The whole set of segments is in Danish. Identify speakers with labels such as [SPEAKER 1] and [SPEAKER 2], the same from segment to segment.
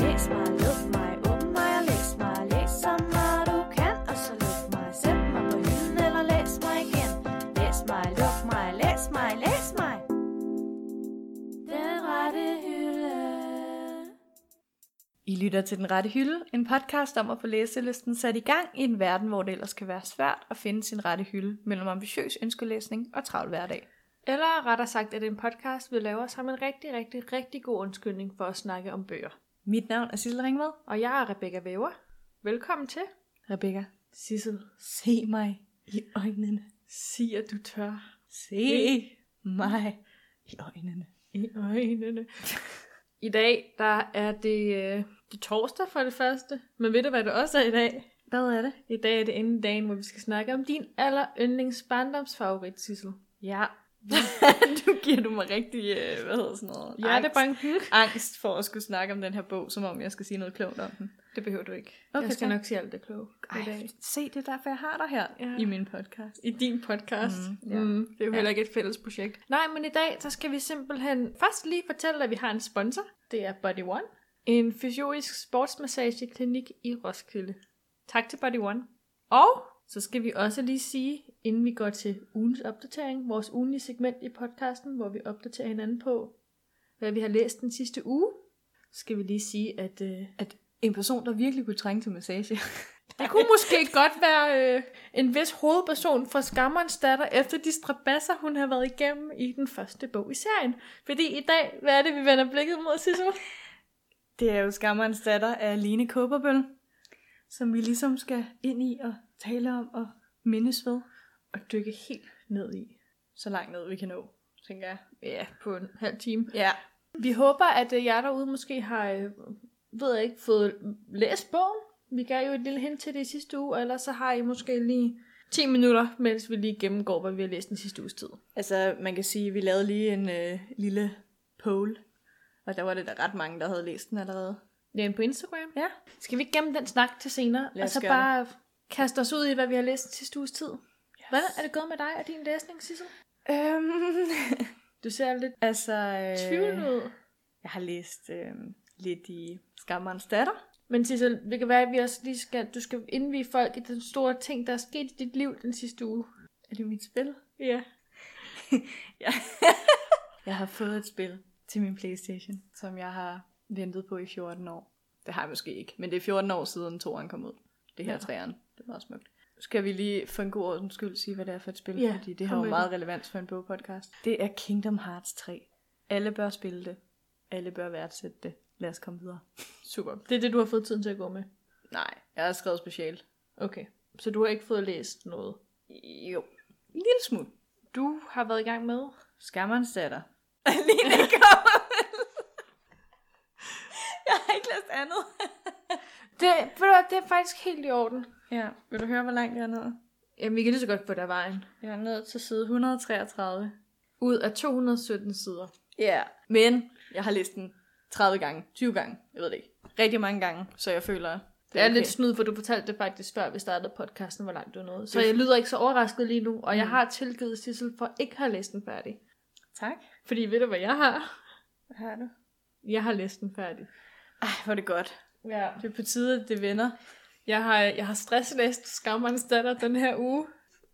[SPEAKER 1] læs mig, luk mig, åbn mig og læs mig. Læs så meget du kan, og så luk mig. Sæt mig på hylden eller læs mig igen. Læs mig, luk mig, læs mig, læs mig. Den rette hylde.
[SPEAKER 2] I lytter til Den Rette Hylde, en podcast om at få læselisten sat i gang i en verden, hvor det ellers kan være svært at finde sin rette hylde mellem ambitiøs ønskelæsning og travl hverdag.
[SPEAKER 3] Eller rettere sagt, at en podcast, vi laver som en rigtig, rigtig, rigtig god undskyldning for at snakke om bøger.
[SPEAKER 2] Mit navn er Sissel Ringvad.
[SPEAKER 3] Og jeg er Rebecca Væver. Velkommen til.
[SPEAKER 2] Rebecca,
[SPEAKER 3] Sissel,
[SPEAKER 2] se mig i øjnene.
[SPEAKER 3] sig at du tør
[SPEAKER 2] Se mig i øjnene.
[SPEAKER 3] i øjnene. I dag, der er det, øh, det er torsdag for det første. Men ved du, hvad det også er i dag?
[SPEAKER 2] Hvad er det?
[SPEAKER 3] I dag er det inden dagen, hvor vi skal snakke om din aller yndlings barndomsfavorit, Sissel.
[SPEAKER 2] Ja. du giver du mig rigtig, øh, hvad hedder sådan noget?
[SPEAKER 3] Hjertebanken.
[SPEAKER 2] angst for at skulle snakke om den her bog, som om jeg skal sige noget klogt om den.
[SPEAKER 3] Det behøver du ikke.
[SPEAKER 2] Okay,
[SPEAKER 3] Okay, jeg skal
[SPEAKER 2] tak.
[SPEAKER 3] nok sige alt det kloge i dag.
[SPEAKER 2] se det er derfor, jeg har dig her
[SPEAKER 3] Ja.
[SPEAKER 2] i min podcast.
[SPEAKER 3] I din podcast.
[SPEAKER 2] Mm,
[SPEAKER 3] Mm,
[SPEAKER 2] ja.
[SPEAKER 3] yeah. mm, det
[SPEAKER 2] Ja.
[SPEAKER 3] er jo yeah. heller ikke et fælles projekt. Nej, men i dag, så skal vi simpelthen først lige fortælle, at vi har en sponsor. Det er Body One. En fysiorisk sportsmassageklinik i Roskilde. Tak til Body One. Og så skal vi også lige sige, inden vi går til ugens opdatering, vores ugenlige segment i podcasten, hvor vi opdaterer hinanden på, hvad vi har læst den sidste uge, så skal vi lige sige, at øh,
[SPEAKER 2] At en person, der virkelig kunne trænge til massage.
[SPEAKER 3] det kunne måske godt være øh, en vis hovedperson fra Skammerens datter, efter de strabasser, hun har været igennem i den første bog i serien. Fordi i dag, hvad er det, vi vender blikket mod, Sissel?
[SPEAKER 2] Det er jo skammerens datter af Line Kåberbøl, som vi ligesom skal ind i og tale om og mindes ved.
[SPEAKER 3] Og dykke helt ned i.
[SPEAKER 2] Så langt ned vi kan nå, tænker jeg.
[SPEAKER 3] Ja, på en halv time.
[SPEAKER 2] Ja.
[SPEAKER 3] Vi håber, at øh, jer derude måske har, øh, ved jeg ikke, fået læst bogen. Vi gav jo et lille hint til det i sidste uge, og ellers så har I måske lige 10 minutter, mens vi lige gennemgår, hvad vi har læst den sidste uges tid.
[SPEAKER 2] Altså, man kan sige, at vi lavede lige en øh, lille poll, og der var det da ret mange, der havde læst den allerede.
[SPEAKER 3] Ja, på Instagram.
[SPEAKER 2] Ja.
[SPEAKER 3] Skal vi ikke gemme den snak til senere,
[SPEAKER 2] Lad
[SPEAKER 3] Lad
[SPEAKER 2] os
[SPEAKER 3] og så
[SPEAKER 2] gøre
[SPEAKER 3] bare det. kaste os ud i, hvad vi har læst den sidste uges tid? Yes. Hvad er det gået med dig og din læsning, Sissel?
[SPEAKER 2] Øhm,
[SPEAKER 3] Du ser lidt
[SPEAKER 2] altså, øh,
[SPEAKER 3] tvivlende ud.
[SPEAKER 2] jeg har læst øh, lidt i Skammerens datter.
[SPEAKER 3] Men Sissel, det kan være, at vi også lige skal, du skal indvige folk i den store ting, der er sket i dit liv den sidste uge.
[SPEAKER 2] Er det mit spil?
[SPEAKER 3] Ja.
[SPEAKER 2] Jeg har fået et spil til min Playstation, som jeg har ventet på i 14 år. Det har jeg måske ikke, men det er 14 år siden toeren kom ud. Det her
[SPEAKER 3] Ja.
[SPEAKER 2] træeren. Det er meget smukt. Skal vi lige for en god ordens skyld sige, hvad det er for et spil?
[SPEAKER 3] Ja,
[SPEAKER 2] fordi det
[SPEAKER 3] kom
[SPEAKER 2] har jo
[SPEAKER 3] med
[SPEAKER 2] meget relevans for en bogpodcast. Det er Kingdom Hearts 3. Alle bør spille det. Alle bør værdsætte det. Lad os komme videre.
[SPEAKER 3] Super. Det er det, du har fået tiden til at gå med.
[SPEAKER 2] Nej, jeg har skrevet special.
[SPEAKER 3] Okay. Så du har ikke fået læst noget.
[SPEAKER 2] Jo. En lille smule.
[SPEAKER 3] Du har været i gang med.
[SPEAKER 2] Skammerens datter. Alene kommer. jeg har ikke læst andet.
[SPEAKER 3] Det, ved du, hvad, det er faktisk helt i orden.
[SPEAKER 2] Ja, vil du høre, hvor langt jeg er nået?
[SPEAKER 3] Jamen, vi kan lige så godt få dig af vejen.
[SPEAKER 2] Jeg er nået til side 133.
[SPEAKER 3] Ud af 217 sider.
[SPEAKER 2] Ja. Yeah. Men jeg har læst den 30 gange, 20 gange, jeg ved det ikke. Rigtig mange gange, så jeg føler...
[SPEAKER 3] Det er lidt snyd, for du fortalte det faktisk før vi startede podcasten, hvor langt du nåede. Så jeg lyder ikke så overrasket lige nu, og jeg har tilgivet Sissel for ikke at have læst den færdig.
[SPEAKER 2] Tak.
[SPEAKER 3] Fordi ved du, hvad jeg har?
[SPEAKER 2] Hvad har du?
[SPEAKER 3] Jeg har læst den færdig.
[SPEAKER 2] Ej, hvor er det godt.
[SPEAKER 3] Ja.
[SPEAKER 2] Det er på tide, at det vender.
[SPEAKER 3] Jeg har, jeg har stresslæst Skammerens datter den her uge.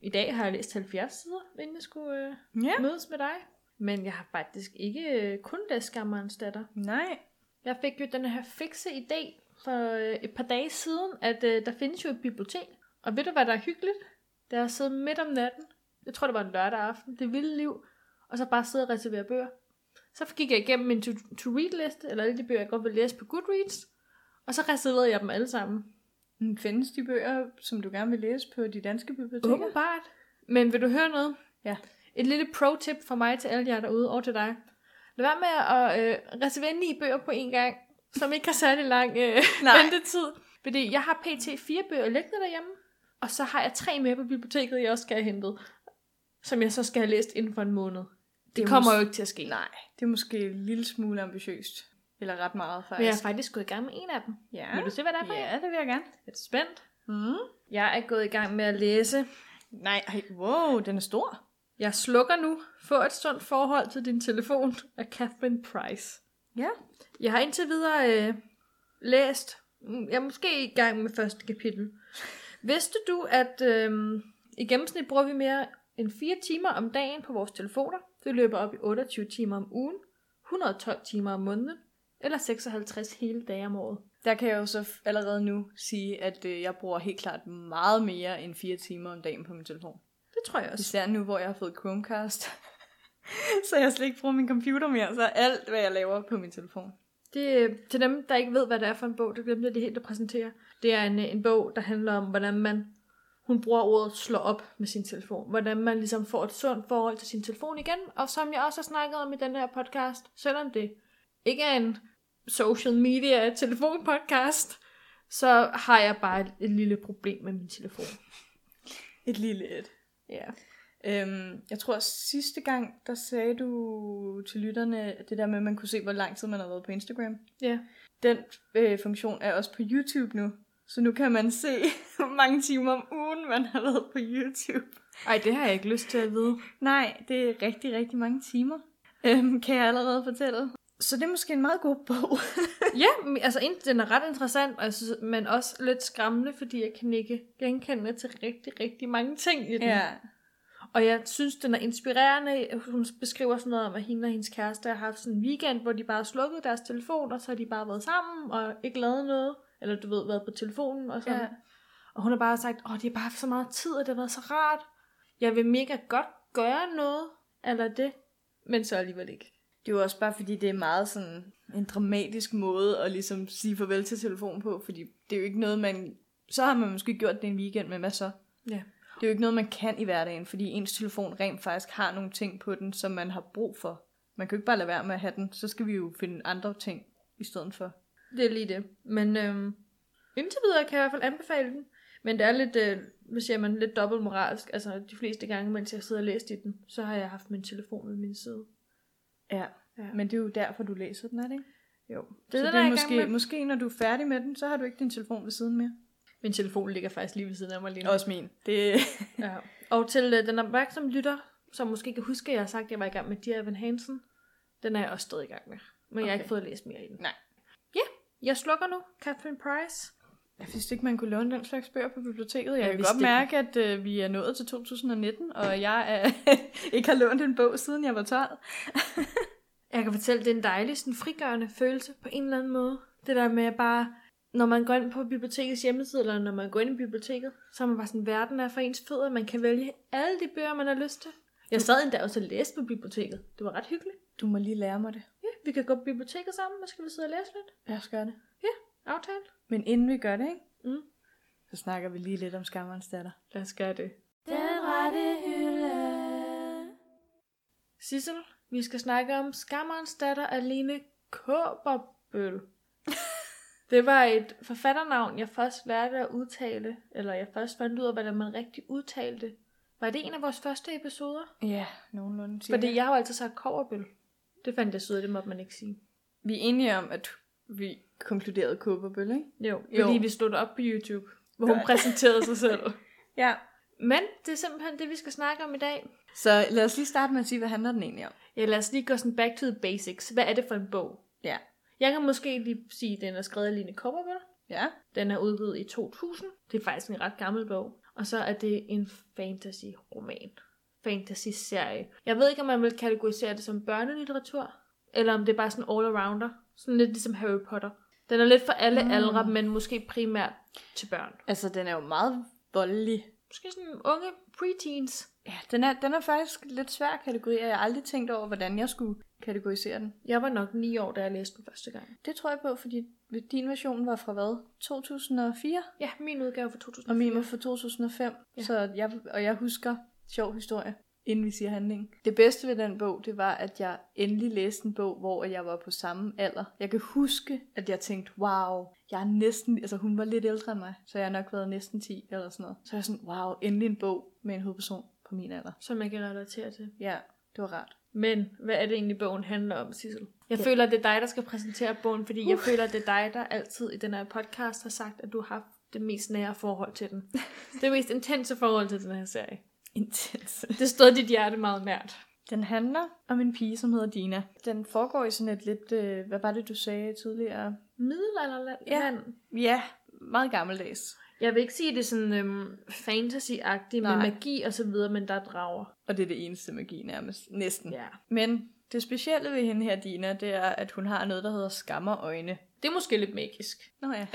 [SPEAKER 3] I dag har jeg læst 70 sider, inden jeg skulle øh,
[SPEAKER 2] Ja.
[SPEAKER 3] mødes med dig. Men jeg har faktisk ikke øh, kun læst Skammerens datter.
[SPEAKER 2] Nej.
[SPEAKER 3] Jeg fik jo den her fikse idé for øh, et par dage siden, at øh, der findes jo et bibliotek. Og ved du, hvad der er hyggeligt? Det er at sidde midt om natten. Jeg tror, det var en lørdag aften. Det vilde liv. Og så bare sidde og reservere bøger. Så gik jeg igennem min to-read-liste, eller alle de bøger, jeg godt ville læse på Goodreads. Og så reserverede jeg dem alle sammen.
[SPEAKER 2] Men Findes de bøger, som du gerne vil læse på de danske biblioteker?
[SPEAKER 3] Åbenbart. Men vil du høre noget?
[SPEAKER 2] Ja.
[SPEAKER 3] Et lille pro-tip fra mig til alle jer derude, og til dig. Lad være med at øh, reservere ni bøger på en gang, som ikke har særlig lang øh,
[SPEAKER 2] Nej.
[SPEAKER 3] ventetid. Fordi jeg har pt. fire bøger liggende derhjemme, og så har jeg tre mere på biblioteket, jeg også skal have hentet, som jeg så skal have læst inden for en måned. Det,
[SPEAKER 2] er
[SPEAKER 3] det kommer
[SPEAKER 2] mås-
[SPEAKER 3] jo ikke til at ske.
[SPEAKER 2] Nej, det er måske en lille smule ambitiøst. Eller ret meget,
[SPEAKER 3] Men jeg er
[SPEAKER 2] faktisk.
[SPEAKER 3] faktisk gået i gang med en af dem.
[SPEAKER 2] Ja.
[SPEAKER 3] Vil du se, hvad der er for en?
[SPEAKER 2] Ja, det vil jeg gerne.
[SPEAKER 3] Er du spændt?
[SPEAKER 2] Mm.
[SPEAKER 3] Jeg er gået i gang med at læse
[SPEAKER 2] Nej, ej, wow, den er stor.
[SPEAKER 3] Jeg slukker nu. Få et sundt forhold til din telefon af Catherine Price.
[SPEAKER 2] Ja.
[SPEAKER 3] Jeg har indtil videre øh, læst, mm, jeg er måske i gang med første kapitel. Vidste du, at øhm, i gennemsnit bruger vi mere end 4 timer om dagen på vores telefoner? Det løber op i 28 timer om ugen, 112 timer om måneden, eller 56 hele dage om året.
[SPEAKER 2] Der kan jeg jo så f- allerede nu sige, at øh, jeg bruger helt klart meget mere end fire timer om dagen på min telefon.
[SPEAKER 3] Det tror jeg også.
[SPEAKER 2] Især nu, hvor jeg har fået Chromecast. så jeg slet ikke bruger min computer mere, så er alt, hvad jeg laver på min telefon.
[SPEAKER 3] Det, øh, til dem, der ikke ved, hvad det er for en bog, det glemte jeg lige helt at præsentere. Det er en, øh, en bog, der handler om, hvordan man, hun bruger ordet slå op med sin telefon. Hvordan man ligesom får et sundt forhold til sin telefon igen. Og som jeg også har snakket om i den her podcast, selvom det ikke er en social media telefonpodcast, så har jeg bare et, et lille problem med min telefon.
[SPEAKER 2] Et lille et.
[SPEAKER 3] Ja.
[SPEAKER 2] Øhm, jeg tror, sidste gang, der sagde du til lytterne det der med, at man kunne se, hvor lang tid man har været på Instagram.
[SPEAKER 3] Ja.
[SPEAKER 2] Den øh, funktion er også på YouTube nu. Så nu kan man se, hvor mange timer om ugen man har været på YouTube.
[SPEAKER 3] Ej, det har jeg ikke lyst til at vide.
[SPEAKER 2] Nej, det er rigtig, rigtig mange timer, øhm, kan jeg allerede fortælle. Så det er måske en meget god bog.
[SPEAKER 3] ja, men altså in- den er ret interessant, og jeg synes, men også lidt skræmmende, fordi jeg kan ikke genkende til rigtig, rigtig mange ting i den. Og jeg synes, den er inspirerende. Hun beskriver sådan noget om, at hende og hendes kæreste har haft sådan en weekend, hvor de bare har slukket deres telefon, og så har de bare været sammen og ikke lavet noget. Eller du ved, været på telefonen og sådan.
[SPEAKER 2] Ja.
[SPEAKER 3] Ja. Og hun har bare sagt, åh, de har bare haft så meget tid, og det har været så rart. Jeg vil mega godt gøre noget, eller det. Men så alligevel ikke.
[SPEAKER 2] Det er jo også bare fordi, det er meget sådan en dramatisk måde at ligesom sige farvel til telefonen på, fordi det er jo ikke noget, man... Så har man måske gjort det en weekend, men hvad så?
[SPEAKER 3] Ja.
[SPEAKER 2] Det er jo ikke noget, man kan i hverdagen, fordi ens telefon rent faktisk har nogle ting på den, som man har brug for. Man kan jo ikke bare lade være med at have den, så skal vi jo finde andre ting i stedet for.
[SPEAKER 3] Det er lige det. Men øhm, indtil videre kan jeg i hvert fald anbefale den. Men det er lidt, øh, hvad siger man, lidt dobbelt moralsk. Altså de fleste gange, mens jeg sidder og læst i den, så har jeg haft min telefon ved min side.
[SPEAKER 2] Ja.
[SPEAKER 3] Ja.
[SPEAKER 2] Men det er jo derfor, du læser den, er det ikke?
[SPEAKER 3] Jo.
[SPEAKER 2] Det,
[SPEAKER 3] Det
[SPEAKER 2] så
[SPEAKER 3] er
[SPEAKER 2] det
[SPEAKER 3] det, der
[SPEAKER 2] er
[SPEAKER 3] er måske...
[SPEAKER 2] måske,
[SPEAKER 3] Gang med.
[SPEAKER 2] måske, når du er færdig med den, så har du ikke din telefon ved siden mere.
[SPEAKER 3] Min telefon ligger faktisk lige ved siden af mig lige nu.
[SPEAKER 2] Mm. Også min. Det...
[SPEAKER 3] Ja. Og til øh, den opmærksomme lytter, som måske kan huske, at jeg har sagt, at jeg var i gang med Dear Evan Hansen. Den er jeg også stadig i gang med. Men okay. jeg har
[SPEAKER 2] Okay.
[SPEAKER 3] ikke fået læst mere i den.
[SPEAKER 2] Nej.
[SPEAKER 3] Ja, jeg slukker nu. Catherine Price.
[SPEAKER 2] Jeg vidste ikke, man kunne låne den slags bøger på biblioteket. Jeg,
[SPEAKER 3] Jeg
[SPEAKER 2] kan
[SPEAKER 3] vidste
[SPEAKER 2] godt
[SPEAKER 3] ikke.
[SPEAKER 2] mærke, at øh, vi er nået til 2019, og jeg øh, ikke har lånt en bog, siden jeg var 12.
[SPEAKER 3] Jeg kan fortælle, det er en dejlig, sådan frigørende følelse på en eller anden måde. Det der med at bare, når man går ind på bibliotekets hjemmeside, eller når man går ind i biblioteket, så er man bare sådan, verden er for ens fødder, man kan vælge alle de bøger, man har lyst til. Jeg sad endda også og læste på biblioteket. Det var ret hyggeligt.
[SPEAKER 2] Du må lige lære mig det.
[SPEAKER 3] Ja, vi kan gå på biblioteket sammen, og så skal vi sidde og læse lidt.
[SPEAKER 2] Lad os gøre det.
[SPEAKER 3] Aftalt.
[SPEAKER 2] Men inden vi gør det, ikke?
[SPEAKER 3] Mm.
[SPEAKER 2] så snakker vi lige lidt om skammerens datter.
[SPEAKER 3] Lad os gøre det.
[SPEAKER 1] Den rette hylde.
[SPEAKER 3] Sissel, vi skal snakke om skammerens datter Aline Kåberbøl. Det var et forfatternavn, jeg først lærte at udtale, eller jeg først fandt ud af, hvordan man rigtig udtalte. Var det en af vores første episoder?
[SPEAKER 2] Ja, nogenlunde. cirka.
[SPEAKER 3] Fordi jeg har jo altid sagt Kåberbøl. Det fandt jeg så ud af, det måtte man ikke sige.
[SPEAKER 2] vi er enige om, at vi konkluderede Kåberbøl, ikke?
[SPEAKER 3] Jo,
[SPEAKER 2] Jo.
[SPEAKER 3] fordi vi stod det op på YouTube, hvor hun
[SPEAKER 2] Godt.
[SPEAKER 3] præsenterede sig selv.
[SPEAKER 2] Ja.
[SPEAKER 3] Men det er simpelthen det, vi skal snakke om i dag.
[SPEAKER 2] Så lad os lige starte med at sige, hvad handler den egentlig om?
[SPEAKER 3] Ja, lad os lige gå sådan back to the basics. Hvad er det for en bog?
[SPEAKER 2] Ja.
[SPEAKER 3] Jeg kan måske lige sige, at den er skrevet af Line Kåberbøl.
[SPEAKER 2] Ja.
[SPEAKER 3] Den er udgivet i 2000. Det er faktisk en ret gammel bog. Og så er det en fantasy-roman. Fantasy-serie. Jeg ved ikke, om man vil kategorisere det som børnelitteratur, eller om det er bare sådan all-arounder. Sådan lidt ligesom Harry Potter. Den er lidt for alle mm. aldre, men måske primært til børn.
[SPEAKER 2] Altså, den er jo meget voldelig.
[SPEAKER 3] Måske sådan unge preteens.
[SPEAKER 2] Ja, den er, den er faktisk lidt svær kategori, og jeg har aldrig tænkt over, hvordan jeg skulle kategorisere den.
[SPEAKER 3] Jeg var nok 9 år, da jeg læste den første gang.
[SPEAKER 2] Det tror jeg på, fordi din version var fra hvad? 2004?
[SPEAKER 3] Ja, min udgave fra 2000.
[SPEAKER 2] Og min var fra 2005. Ja.
[SPEAKER 3] Ja.
[SPEAKER 2] Så jeg, og jeg husker sjov historie, inden vi siger handlingen. Det bedste ved den bog, det var, at jeg endelig læste en bog, hvor jeg var på samme alder. Jeg kan huske, at jeg tænkte, wow, jeg er næsten, altså hun var lidt ældre end mig, så jeg har nok været næsten 10 eller sådan noget. Så jeg er sådan, wow, endelig en bog med en hovedperson på min alder.
[SPEAKER 3] Som jeg kan relatere til.
[SPEAKER 2] Ja, det var rart.
[SPEAKER 3] Men hvad er det egentlig, bogen handler om, Sissel? Jeg ja. føler, at det er dig, der skal præsentere bogen, fordi uh. jeg føler, at det er dig, der altid i den her podcast har sagt, at du har haft det mest nære forhold til den. det mest intense forhold til den her serie.
[SPEAKER 2] Intens.
[SPEAKER 3] Det stod dit hjerte meget nært.
[SPEAKER 2] Den handler om en pige, som hedder Dina. Den foregår i sådan et lidt, øh, hvad var det, du sagde tidligere?
[SPEAKER 3] middelalderland.
[SPEAKER 2] Ja.
[SPEAKER 3] land.
[SPEAKER 2] Ja, meget gammeldags.
[SPEAKER 3] Jeg vil ikke sige, at det er sådan øhm, fantasy-agtigt med
[SPEAKER 2] Nej.
[SPEAKER 3] magi og så videre, men der er drager.
[SPEAKER 2] Og det er det eneste magi nærmest. Næsten.
[SPEAKER 3] Mm. Ja.
[SPEAKER 2] Men det specielle ved hende her, Dina, det er, at hun har noget, der hedder skammerøjne.
[SPEAKER 3] Det er måske lidt magisk.
[SPEAKER 2] Nå ja.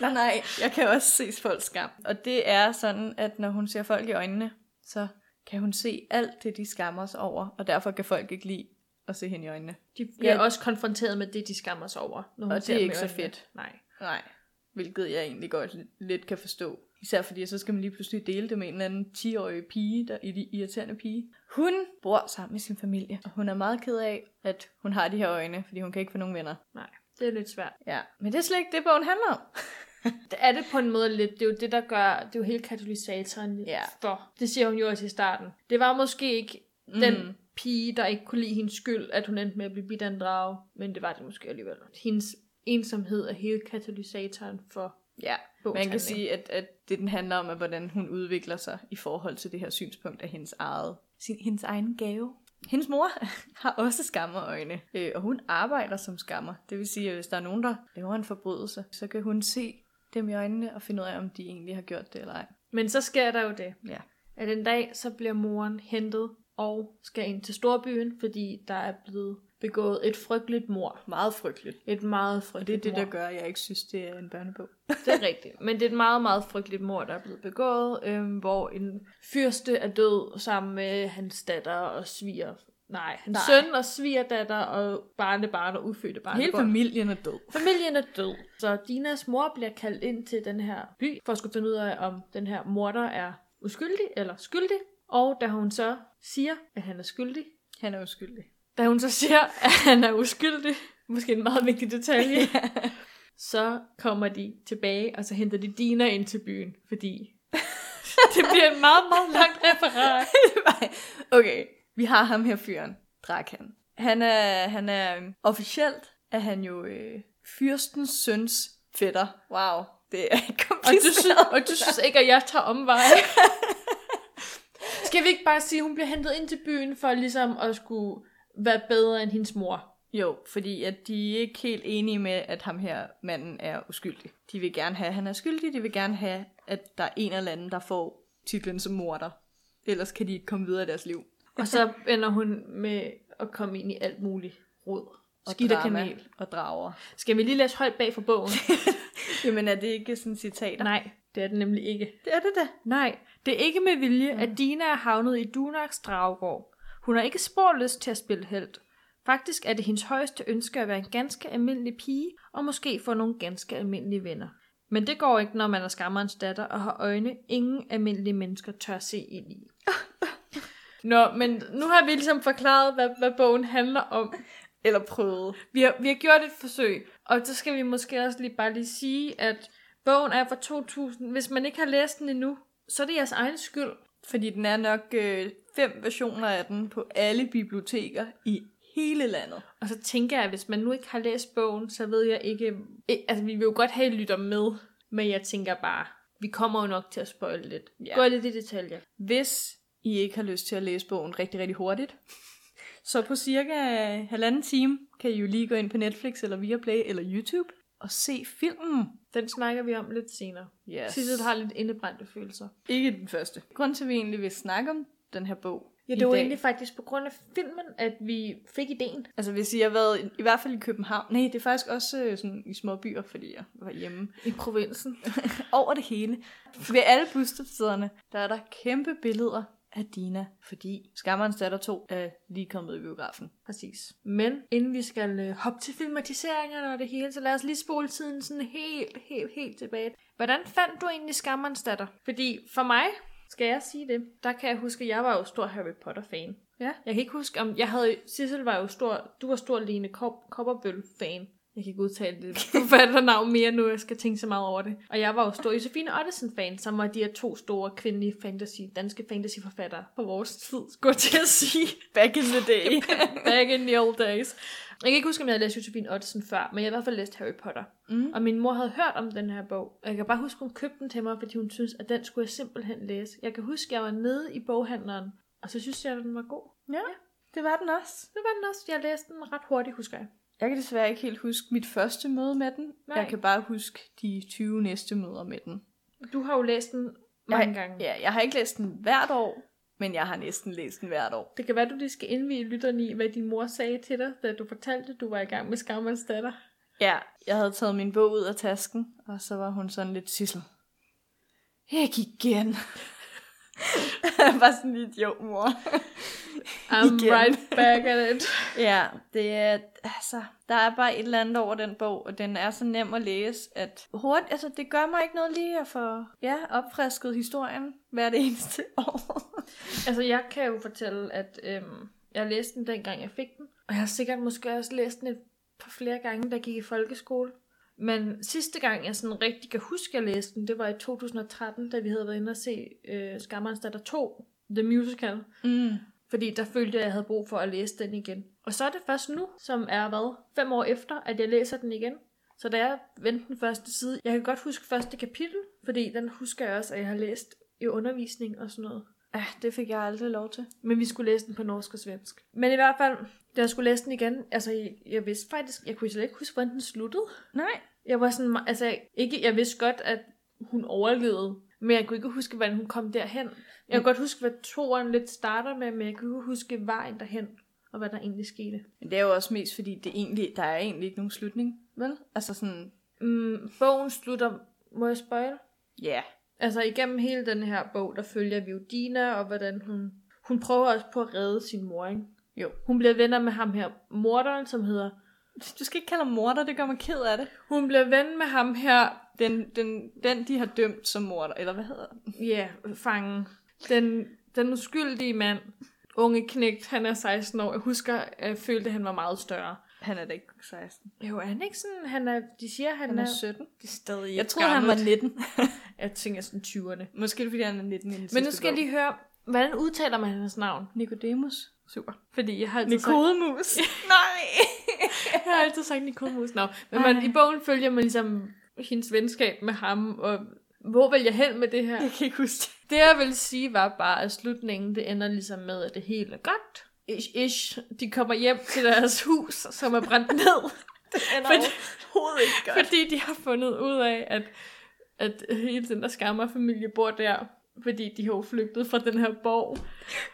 [SPEAKER 2] nej, nej, jeg kan også se folks skam. Og det er sådan, at når hun ser folk i øjnene, så kan hun se alt det, de skammer sig over, og derfor kan folk ikke lide at se hende i øjnene.
[SPEAKER 3] De bliver
[SPEAKER 2] Ja.
[SPEAKER 3] ja. også konfronteret med det, de skammer sig over. Når hun
[SPEAKER 2] Og det
[SPEAKER 3] ser
[SPEAKER 2] er
[SPEAKER 3] dem
[SPEAKER 2] ikke
[SPEAKER 3] i
[SPEAKER 2] så
[SPEAKER 3] øjnene.
[SPEAKER 2] fedt.
[SPEAKER 3] Nej.
[SPEAKER 2] Nej. Hvilket jeg egentlig godt lidt kan forstå. Især fordi, så skal man lige pludselig dele det med en eller anden 10-årig pige, der i de irriterende pige. Hun bor sammen med sin familie, og hun er meget ked af, at hun har de her øjne, fordi hun kan ikke få nogen venner.
[SPEAKER 3] Nej, det er lidt svært.
[SPEAKER 2] Ja, men det er slet ikke det, bogen handler om.
[SPEAKER 3] Det er det på en måde lidt. Det er jo det, der gør... Det er jo hele katalysatoren
[SPEAKER 2] Ja.
[SPEAKER 3] for. Det siger hun jo også i starten. Det var måske ikke mm.
[SPEAKER 2] Mhm.
[SPEAKER 3] den pige, der ikke kunne lide hendes skyld, at hun endte med at blive bidt af en drage. Men det var det måske alligevel. Hendes ensomhed er hele katalysatoren for
[SPEAKER 2] Ja,
[SPEAKER 3] bogens
[SPEAKER 2] man kan
[SPEAKER 3] handling.
[SPEAKER 2] sige, at, at det den handler om, er, hvordan hun udvikler sig i forhold til det her synspunkt af hendes eget, sin, hendes egen gave. Hendes mor har også skammerøjne, øh, og hun arbejder som skammer. Det vil sige, at hvis der er nogen, der laver en forbrydelse, så kan hun se dem i øjnene og finde ud af, om de egentlig har gjort det eller ej.
[SPEAKER 3] Men så sker der jo det.
[SPEAKER 2] Ja.
[SPEAKER 3] at en dag så bliver moren hentet og skal ind til storbyen, fordi der er blevet begået et frygteligt mord.
[SPEAKER 2] Meget frygteligt.
[SPEAKER 3] Et meget
[SPEAKER 2] Og det er
[SPEAKER 3] frygteligt
[SPEAKER 2] det,
[SPEAKER 3] mord.
[SPEAKER 2] der gør, at jeg ikke synes, det er en børnebog.
[SPEAKER 3] Det er rigtigt. Men det er et meget, meget frygteligt mord, der er blevet begået, øhm, hvor en fyrste er død sammen med hans datter og sviger. Nej, hans
[SPEAKER 2] Nej.
[SPEAKER 3] Nej. søn og svigerdatter og barnebarn og ufødte barn.
[SPEAKER 2] Hele familien er død.
[SPEAKER 3] Familien er død, så Dinas mor bliver kaldt ind til den her by, for at skulle finde ud af, om den her morder er uskyldig eller skyldig. Og da hun så siger, at han er skyldig,
[SPEAKER 2] Han er uskyldig.
[SPEAKER 3] da hun så siger, at han er uskyldig, måske en meget vigtig detalje, så kommer de tilbage, og så henter de Dina ind til byen, fordi det bliver en meget, meget langt referat.
[SPEAKER 2] okay, vi har ham her fyren, Drakan. Han er, han er øhm, officielt, er han jo øh, fyrstens søns fætter. Wow, det er
[SPEAKER 3] Og du, synes,
[SPEAKER 2] kompliceret.
[SPEAKER 3] og du synes ikke, at jeg tager omveje. Skal vi ikke bare sige, at hun bliver hentet ind til byen for ligesom at skulle være bedre end hendes mor?
[SPEAKER 2] Jo, fordi at de er ikke helt enige med, at ham her manden er uskyldig. De vil gerne have, at han er skyldig. De vil gerne have, at der er en eller anden, der får titlen som morder. Ellers kan de ikke komme videre i deres liv.
[SPEAKER 3] Og så ender hun med at komme ind i alt muligt råd.
[SPEAKER 2] Og
[SPEAKER 3] Skidt og
[SPEAKER 2] drama
[SPEAKER 3] kanel.
[SPEAKER 2] Og drager.
[SPEAKER 3] Skal vi lige læse højt bag for bogen?
[SPEAKER 2] Jamen er det ikke sådan citater?
[SPEAKER 3] Nej, det er det nemlig ikke.
[SPEAKER 2] Det er det da.
[SPEAKER 3] Nej, det er ikke med vilje, at Dina er havnet i Dunaks dragegård. Hun har ikke spor lyst til at spille held. Faktisk er det hendes højeste ønske at være en ganske almindelig pige, og måske få nogle ganske almindelige venner. Men det går ikke, når man er skammerens datter og har øjne, ingen almindelige mennesker tør se ind i. Nå, men nu har vi ligesom forklaret, hvad, hvad bogen handler om.
[SPEAKER 2] Eller prøvet.
[SPEAKER 3] Vi har, vi har gjort et forsøg, og så skal vi måske også lige bare lige sige, at bogen er fra 2000. Hvis man ikke har læst den endnu, så er det jeres egen skyld.
[SPEAKER 2] Fordi den er nok øh, fem versioner af den på alle biblioteker i hele landet.
[SPEAKER 3] Og så tænker jeg, at hvis man nu ikke har læst bogen, så ved jeg ikke... I- Altså, vi vil jo godt have, at I lytter med, men jeg tænker bare, vi kommer jo nok til at spoil lidt.
[SPEAKER 2] Ja.
[SPEAKER 3] Ja. Gå lidt i detaljer.
[SPEAKER 2] Hvis I ikke har lyst til at læse bogen rigtig, rigtig hurtigt, så på cirka halvanden time kan I jo lige gå ind på Netflix eller Viaplay eller YouTube og se filmen.
[SPEAKER 3] Den snakker vi om lidt senere.
[SPEAKER 2] Yes.
[SPEAKER 3] Sissel har lidt indebrændte følelser.
[SPEAKER 2] Ikke den første. Grunden til, at vi egentlig vil snakke om den her bog
[SPEAKER 3] Ja,
[SPEAKER 2] i
[SPEAKER 3] det var
[SPEAKER 2] dag-
[SPEAKER 3] egentlig faktisk på grund af filmen, at vi fik ideen.
[SPEAKER 2] Altså hvis I har været, i- i hvert fald i København, nej, det er faktisk også øh, sådan i små byer, fordi jeg var hjemme.
[SPEAKER 3] I provinsen.
[SPEAKER 2] over det hele. Ved alle busstederne, der er der kæmpe billeder af Dina, fordi Skammerens datter 2 er lige kommet i biografen.
[SPEAKER 3] Præcis. Men inden vi skal øh, hoppe til filmatiseringerne og det hele, så lad os lige spole tiden sådan helt, helt, helt tilbage. Hvordan fandt du egentlig Skammerens datter? Fordi for mig, skal jeg sige det, der kan jeg huske, at jeg var jo stor Harry Potter-fan.
[SPEAKER 2] Ja.
[SPEAKER 3] Jeg kan ikke huske, om jeg havde... Sissel var jo stor... Du var stor Lene Kop, Kopperbøl-fan. Jeg kan ikke udtale det forfatternavn mere nu, jeg skal tænke så meget over det. Og jeg var jo stor Josefine Ottesen-fan, som var de her to store kvindelige fantasy, danske fantasyforfattere på vores tid, skulle jeg til at sige.
[SPEAKER 2] Back in the day.
[SPEAKER 3] Back in the old days. Jeg kan ikke huske, om jeg havde læst Josefine Ottesen før, men jeg har i hvert fald læst Harry Potter.
[SPEAKER 2] Mm.
[SPEAKER 3] Og min mor havde hørt om den her bog. Og jeg kan bare huske, hun købte den til mig, fordi hun syntes, at den skulle jeg simpelthen læse. Jeg kan huske, at jeg var nede i boghandleren, og så synes jeg, at den var god.
[SPEAKER 2] Ja, det var den også.
[SPEAKER 3] Det var den også. Jeg læste den ret hurtigt, husker jeg.
[SPEAKER 2] Jeg kan desværre ikke helt huske mit første møde med den.
[SPEAKER 3] Nej.
[SPEAKER 2] Nej. Jeg kan bare huske de 20 næste møder med den.
[SPEAKER 3] Du har jo læst den mange
[SPEAKER 2] jeg,
[SPEAKER 3] gange.
[SPEAKER 2] Ja, jeg har ikke læst den hvert år, men jeg har næsten læst den hvert år.
[SPEAKER 3] Det kan være, du lige skal indvige lytterne i, hvad din mor sagde til dig, da du fortalte, at du var i gang med Skammerens datter.
[SPEAKER 2] Ja, jeg havde taget min bog ud af tasken, og så var hun sådan lidt sissel. Ikke igen. jeg var sådan lidt, jo mor.
[SPEAKER 3] I'm
[SPEAKER 2] Igen.
[SPEAKER 3] right back at it.
[SPEAKER 2] Ja, det er, altså, der er bare et eller andet over den bog, og den er så nem at læse, at hurtigt, altså det gør mig ikke noget lige at få, ja, opfrisket historien hver det eneste år.
[SPEAKER 3] Altså, jeg kan jo fortælle, at øhm, jeg læste den, dengang jeg fik den. Og jeg har sikkert måske også læst den et par flere gange, da jeg gik i folkeskole. Men sidste gang, jeg sådan rigtig kan huske, at jeg læste den, det var i 2013, da vi havde været inde og se øh, Skammerens datter 2, The Musical.
[SPEAKER 2] mm.
[SPEAKER 3] Fordi der følte jeg, at jeg havde brug for at læse den igen. Og så er det først nu, som er hvad, fem år efter, at jeg læser den igen. Så da jeg vendte den første side, jeg kan godt huske første kapitel, fordi den husker jeg også, at jeg har læst i undervisning og sådan noget.
[SPEAKER 2] Ja, Ah, det fik jeg aldrig lov til.
[SPEAKER 3] Men vi skulle læse den på norsk og svensk. Men i hvert fald, da jeg skulle læse den igen, altså jeg, jeg vidste faktisk, jeg kunne slet ikke huske, hvordan den sluttede.
[SPEAKER 2] Nej.
[SPEAKER 3] Jeg var sådan, me- altså jeg- ikke, jeg vidste godt, at hun overlevede, men jeg kunne ikke huske, hvordan hun kom derhen. Jeg kan godt huske, hvad toeren lidt starter med, men jeg kunne ikke huske vejen derhen, og hvad der egentlig skete.
[SPEAKER 2] Men det er jo også mest, fordi det egentlig, der er egentlig ikke nogen slutning, vel? Altså sådan,
[SPEAKER 3] Mm, bogen slutter, må jeg spoil?
[SPEAKER 2] ja. Yeah.
[SPEAKER 3] Altså igennem hele den her bog, der følger vi jo Dina, og hvordan hun... Hun prøver også på at redde sin mor, ikke?
[SPEAKER 2] Jo.
[SPEAKER 3] Hun bliver venner med ham her, morderen, som hedder...
[SPEAKER 2] Du skal ikke kalde ham morder, det gør mig ked af det.
[SPEAKER 3] Hun bliver ven med ham her,
[SPEAKER 2] Den, den, den de har dømt som morder, eller hvad hedder den?
[SPEAKER 3] ja, yeah, fangen. Den, den uskyldige mand, unge knægt, han er 16 år. Jeg husker, jeg følte, at han var meget større.
[SPEAKER 2] Han er da ikke 16.
[SPEAKER 3] Jo, er han ikke sådan, han er, de siger, han,
[SPEAKER 2] Han er
[SPEAKER 3] er,
[SPEAKER 2] 17.
[SPEAKER 3] er stadig
[SPEAKER 2] Jeg troede, han var 19.
[SPEAKER 3] Jeg tænker sådan 20'erne.
[SPEAKER 2] Måske er det, fordi han er 19 i den
[SPEAKER 3] Men
[SPEAKER 2] sidste
[SPEAKER 3] nu skal jeg
[SPEAKER 2] bog.
[SPEAKER 3] lige høre, hvordan udtaler man hans navn?
[SPEAKER 2] Nicodemus. Altså,
[SPEAKER 3] Super. Fordi jeg har altid
[SPEAKER 2] Nikodemus. Nej.
[SPEAKER 3] sagt, jeg har altid sagt Nikodemus navn. Men man,
[SPEAKER 2] Ej.
[SPEAKER 3] i bogen følger man ligesom hendes venskab med ham, og hvor vil jeg hen med det her?
[SPEAKER 2] kan ikke huske det.
[SPEAKER 3] Det jeg vil sige var bare, at slutningen det ender ligesom med, at det hele er godt. Ish, ish. De kommer hjem til deres hus, som er brændt ned.
[SPEAKER 2] Han
[SPEAKER 3] Fordi-
[SPEAKER 2] overhovedet ikke godt.
[SPEAKER 3] Fordi de har fundet ud af, at, at hele den der skammerfamilie bor der. Fordi de har jo flygtet fra den her borg.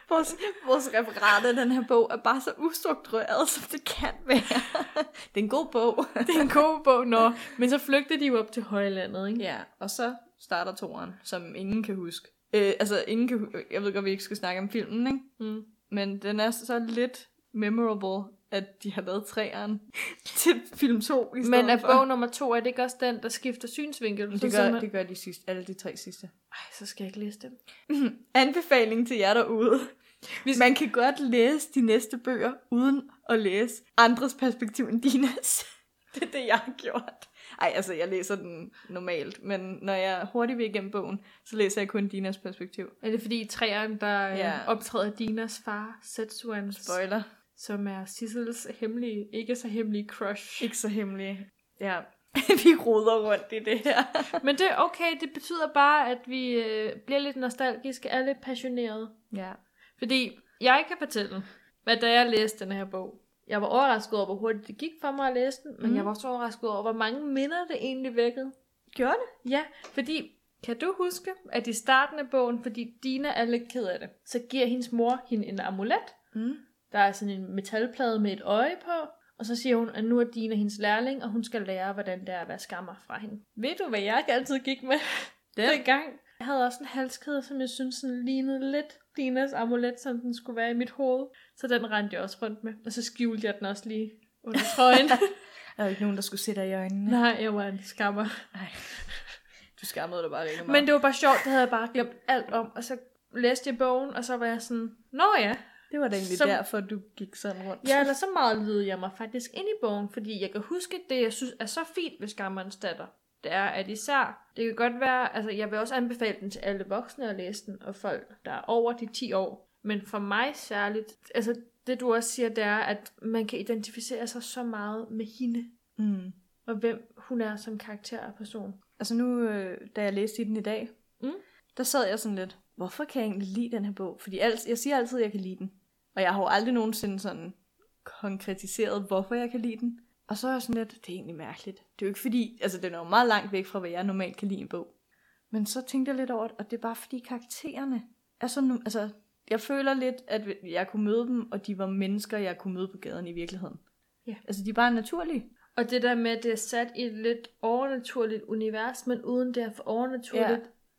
[SPEAKER 2] Vores, vores referat af den her bog er bare så ustruktureret, som det kan være. det er en god bog.
[SPEAKER 3] Det er en god bog, nå. Men så flygtede de jo op til højlandet, ikke?
[SPEAKER 2] Ja, og så starter toren, som ingen kan huske. Øh, altså, ingen kan, hu- jeg ved godt, vi ikke skal snakke om filmen, ikke?
[SPEAKER 3] Mm.
[SPEAKER 2] Men den er så lidt memorable, at de har lavet træeren til film 2 i stedet
[SPEAKER 3] Men er
[SPEAKER 2] for.
[SPEAKER 3] bog nummer to, er det ikke også den, der skifter synsvinkel?
[SPEAKER 2] Men
[SPEAKER 3] Så
[SPEAKER 2] Det gør,
[SPEAKER 3] simpelthen-
[SPEAKER 2] det gør de sidste, alle de tre sidste.
[SPEAKER 3] Ej, så skal jeg ikke læse den.
[SPEAKER 2] Anbefaling til jer derude. Hvis man kan godt læse de næste bøger, uden at læse andres perspektiv end dines. Det er det, jeg har gjort. Ej, altså, jeg læser den normalt, men når jeg hurtigt vil igennem bogen, så læser jeg kun Dinas perspektiv.
[SPEAKER 3] Er det fordi i træerne, der ja.
[SPEAKER 2] Ja.
[SPEAKER 3] optræder Dinas far, Setsuan,
[SPEAKER 2] Spoiler.
[SPEAKER 3] som er Sissels hemmelige, ikke så hemmelige crush.
[SPEAKER 2] Ikke så hemmelige. Ja, vi roder rundt i det her.
[SPEAKER 3] Men det er okay, det betyder bare, at vi øh, bliver lidt nostalgiske, er lidt passionerede.
[SPEAKER 2] Ja.
[SPEAKER 3] Fordi jeg kan fortælle, hvad da jeg læste den her bog. Jeg var overrasket over, hvor hurtigt det gik for mig at læse den, men mm.
[SPEAKER 2] Mhm.
[SPEAKER 3] jeg var også overrasket over, hvor mange minder det egentlig vækkede.
[SPEAKER 2] Gjorde det?
[SPEAKER 3] Ja, fordi kan du huske, at i starten af bogen, fordi Dina er lidt ked af det, så giver hendes mor hende en amulet.
[SPEAKER 2] Mm.
[SPEAKER 3] Der er sådan en metalplade med et øje på, og så siger hun, at nu er Dina hendes lærling, og hun skal lære, hvordan det er at være skammer fra hende. Ved du, hvad jeg altid gik med
[SPEAKER 2] Den.
[SPEAKER 3] den gang? Jeg havde også en halskæde, som jeg synes sådan lignede lidt Dinas amulet, som den skulle være i mit hoved. Så den rendte jeg også rundt med, og så skjulte jeg den også lige under trøjen.
[SPEAKER 2] Der er jo ikke nogen, der skulle se dig i øjnene.
[SPEAKER 3] Nej, jeg var en skammer.
[SPEAKER 2] Nej. Du skammede dig bare rigtig meget.
[SPEAKER 3] Men det var bare sjovt, det havde jeg bare glemt alt om. Og så læste jeg bogen, og så var jeg sådan, nå ja.
[SPEAKER 2] det var da egentlig
[SPEAKER 3] som-
[SPEAKER 2] derfor, du gik sådan rundt.
[SPEAKER 3] Ja, eller så meget lydede jeg mig faktisk ind i bogen, fordi jeg kan huske, det jeg synes er så fint ved Skammerens datter, det er, at især, det kan godt være, altså jeg vil også anbefale den til alle voksne at læse den, og folk, der er over de 10 år. Men for mig særligt, altså det du også siger, det er, at man kan identificere sig så meget med hende,
[SPEAKER 2] Mm.
[SPEAKER 3] og hvem hun er som karakter og person.
[SPEAKER 2] Altså nu, øh, da jeg læste i den i dag,
[SPEAKER 3] Mm.
[SPEAKER 2] der sad jeg sådan lidt, hvorfor kan jeg egentlig lide den her bog? Fordi alt, jeg siger altid, at jeg kan lide den. Og jeg har jo aldrig nogensinde sådan konkretiseret, hvorfor jeg kan lide den. Og så er jeg sådan lidt, det er egentlig mærkeligt. Det er jo ikke fordi, altså den er jo meget langt væk fra, hvad jeg normalt kan lide i en bog. Men så tænkte jeg lidt over det, og det er bare fordi karaktererne er sådan, nogle- altså jeg føler lidt, at jeg kunne møde dem, og de var mennesker, jeg kunne møde på gaden i virkeligheden.
[SPEAKER 3] Ja.
[SPEAKER 2] Altså de er bare naturlige.
[SPEAKER 3] Og det der med, at det er sat i et lidt overnaturligt univers, men uden det er for overnaturligt, ja.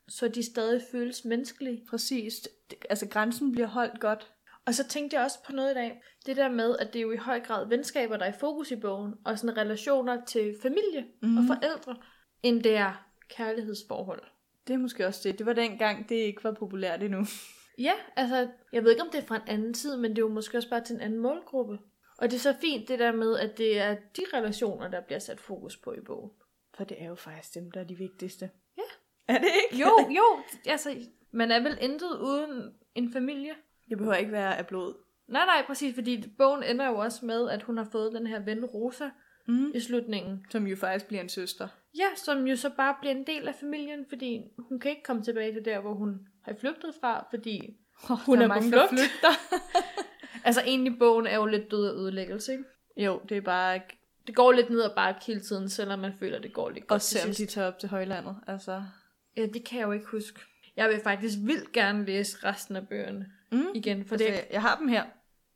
[SPEAKER 3] så de stadig føles menneskelige.
[SPEAKER 2] Præcis. Det- Altså grænsen bliver holdt godt.
[SPEAKER 3] Og så tænkte jeg også på noget i dag. Det der med, at det er jo i høj grad venskaber, der er i fokus i bogen, og sådan relationer til familie mm. og
[SPEAKER 2] Mhm.
[SPEAKER 3] forældre, end det er kærlighedsforhold.
[SPEAKER 2] Det er måske også det. Det var dengang, det ikke var populært endnu.
[SPEAKER 3] Ja, altså, jeg ved ikke, om det er fra en anden tid, men det er jo måske også bare til en anden målgruppe. Og det er så fint det der med, at det er de relationer, der bliver sat fokus på i bogen.
[SPEAKER 2] For det er jo faktisk dem, der er de vigtigste.
[SPEAKER 3] Ja.
[SPEAKER 2] Er det ikke?
[SPEAKER 3] Jo, jo, altså, man er vel intet uden en familie.
[SPEAKER 2] Det behøver ikke være af blod.
[SPEAKER 3] Nej, nej, præcis, fordi bogen ender jo også med, at hun har fået den her ven Rosa
[SPEAKER 2] Mm.
[SPEAKER 3] i slutningen.
[SPEAKER 2] Som jo faktisk bliver en søster.
[SPEAKER 3] Ja, som jo så bare bliver en del af familien, fordi hun kan ikke komme tilbage til der, hvor hun har flygtet fra, fordi
[SPEAKER 2] Oh,
[SPEAKER 3] hun er, på
[SPEAKER 2] mange,
[SPEAKER 3] flugt.
[SPEAKER 2] der flytter.
[SPEAKER 3] altså egentlig, bogen er jo lidt død af ødelæggelse, ikke?
[SPEAKER 2] Jo, det er bare...
[SPEAKER 3] Det går lidt ned ad bakke hele tiden, selvom man føler, det går lidt godt.
[SPEAKER 2] Og
[SPEAKER 3] til
[SPEAKER 2] selvom de
[SPEAKER 3] sidst.
[SPEAKER 2] tager op til højlandet. Altså...
[SPEAKER 3] Ja, det kan jeg jo ikke huske. Jeg vil faktisk vildt gerne læse resten af bøgerne
[SPEAKER 2] Mm.
[SPEAKER 3] igen, for
[SPEAKER 2] Altså,
[SPEAKER 3] det,
[SPEAKER 2] jeg, jeg har dem her,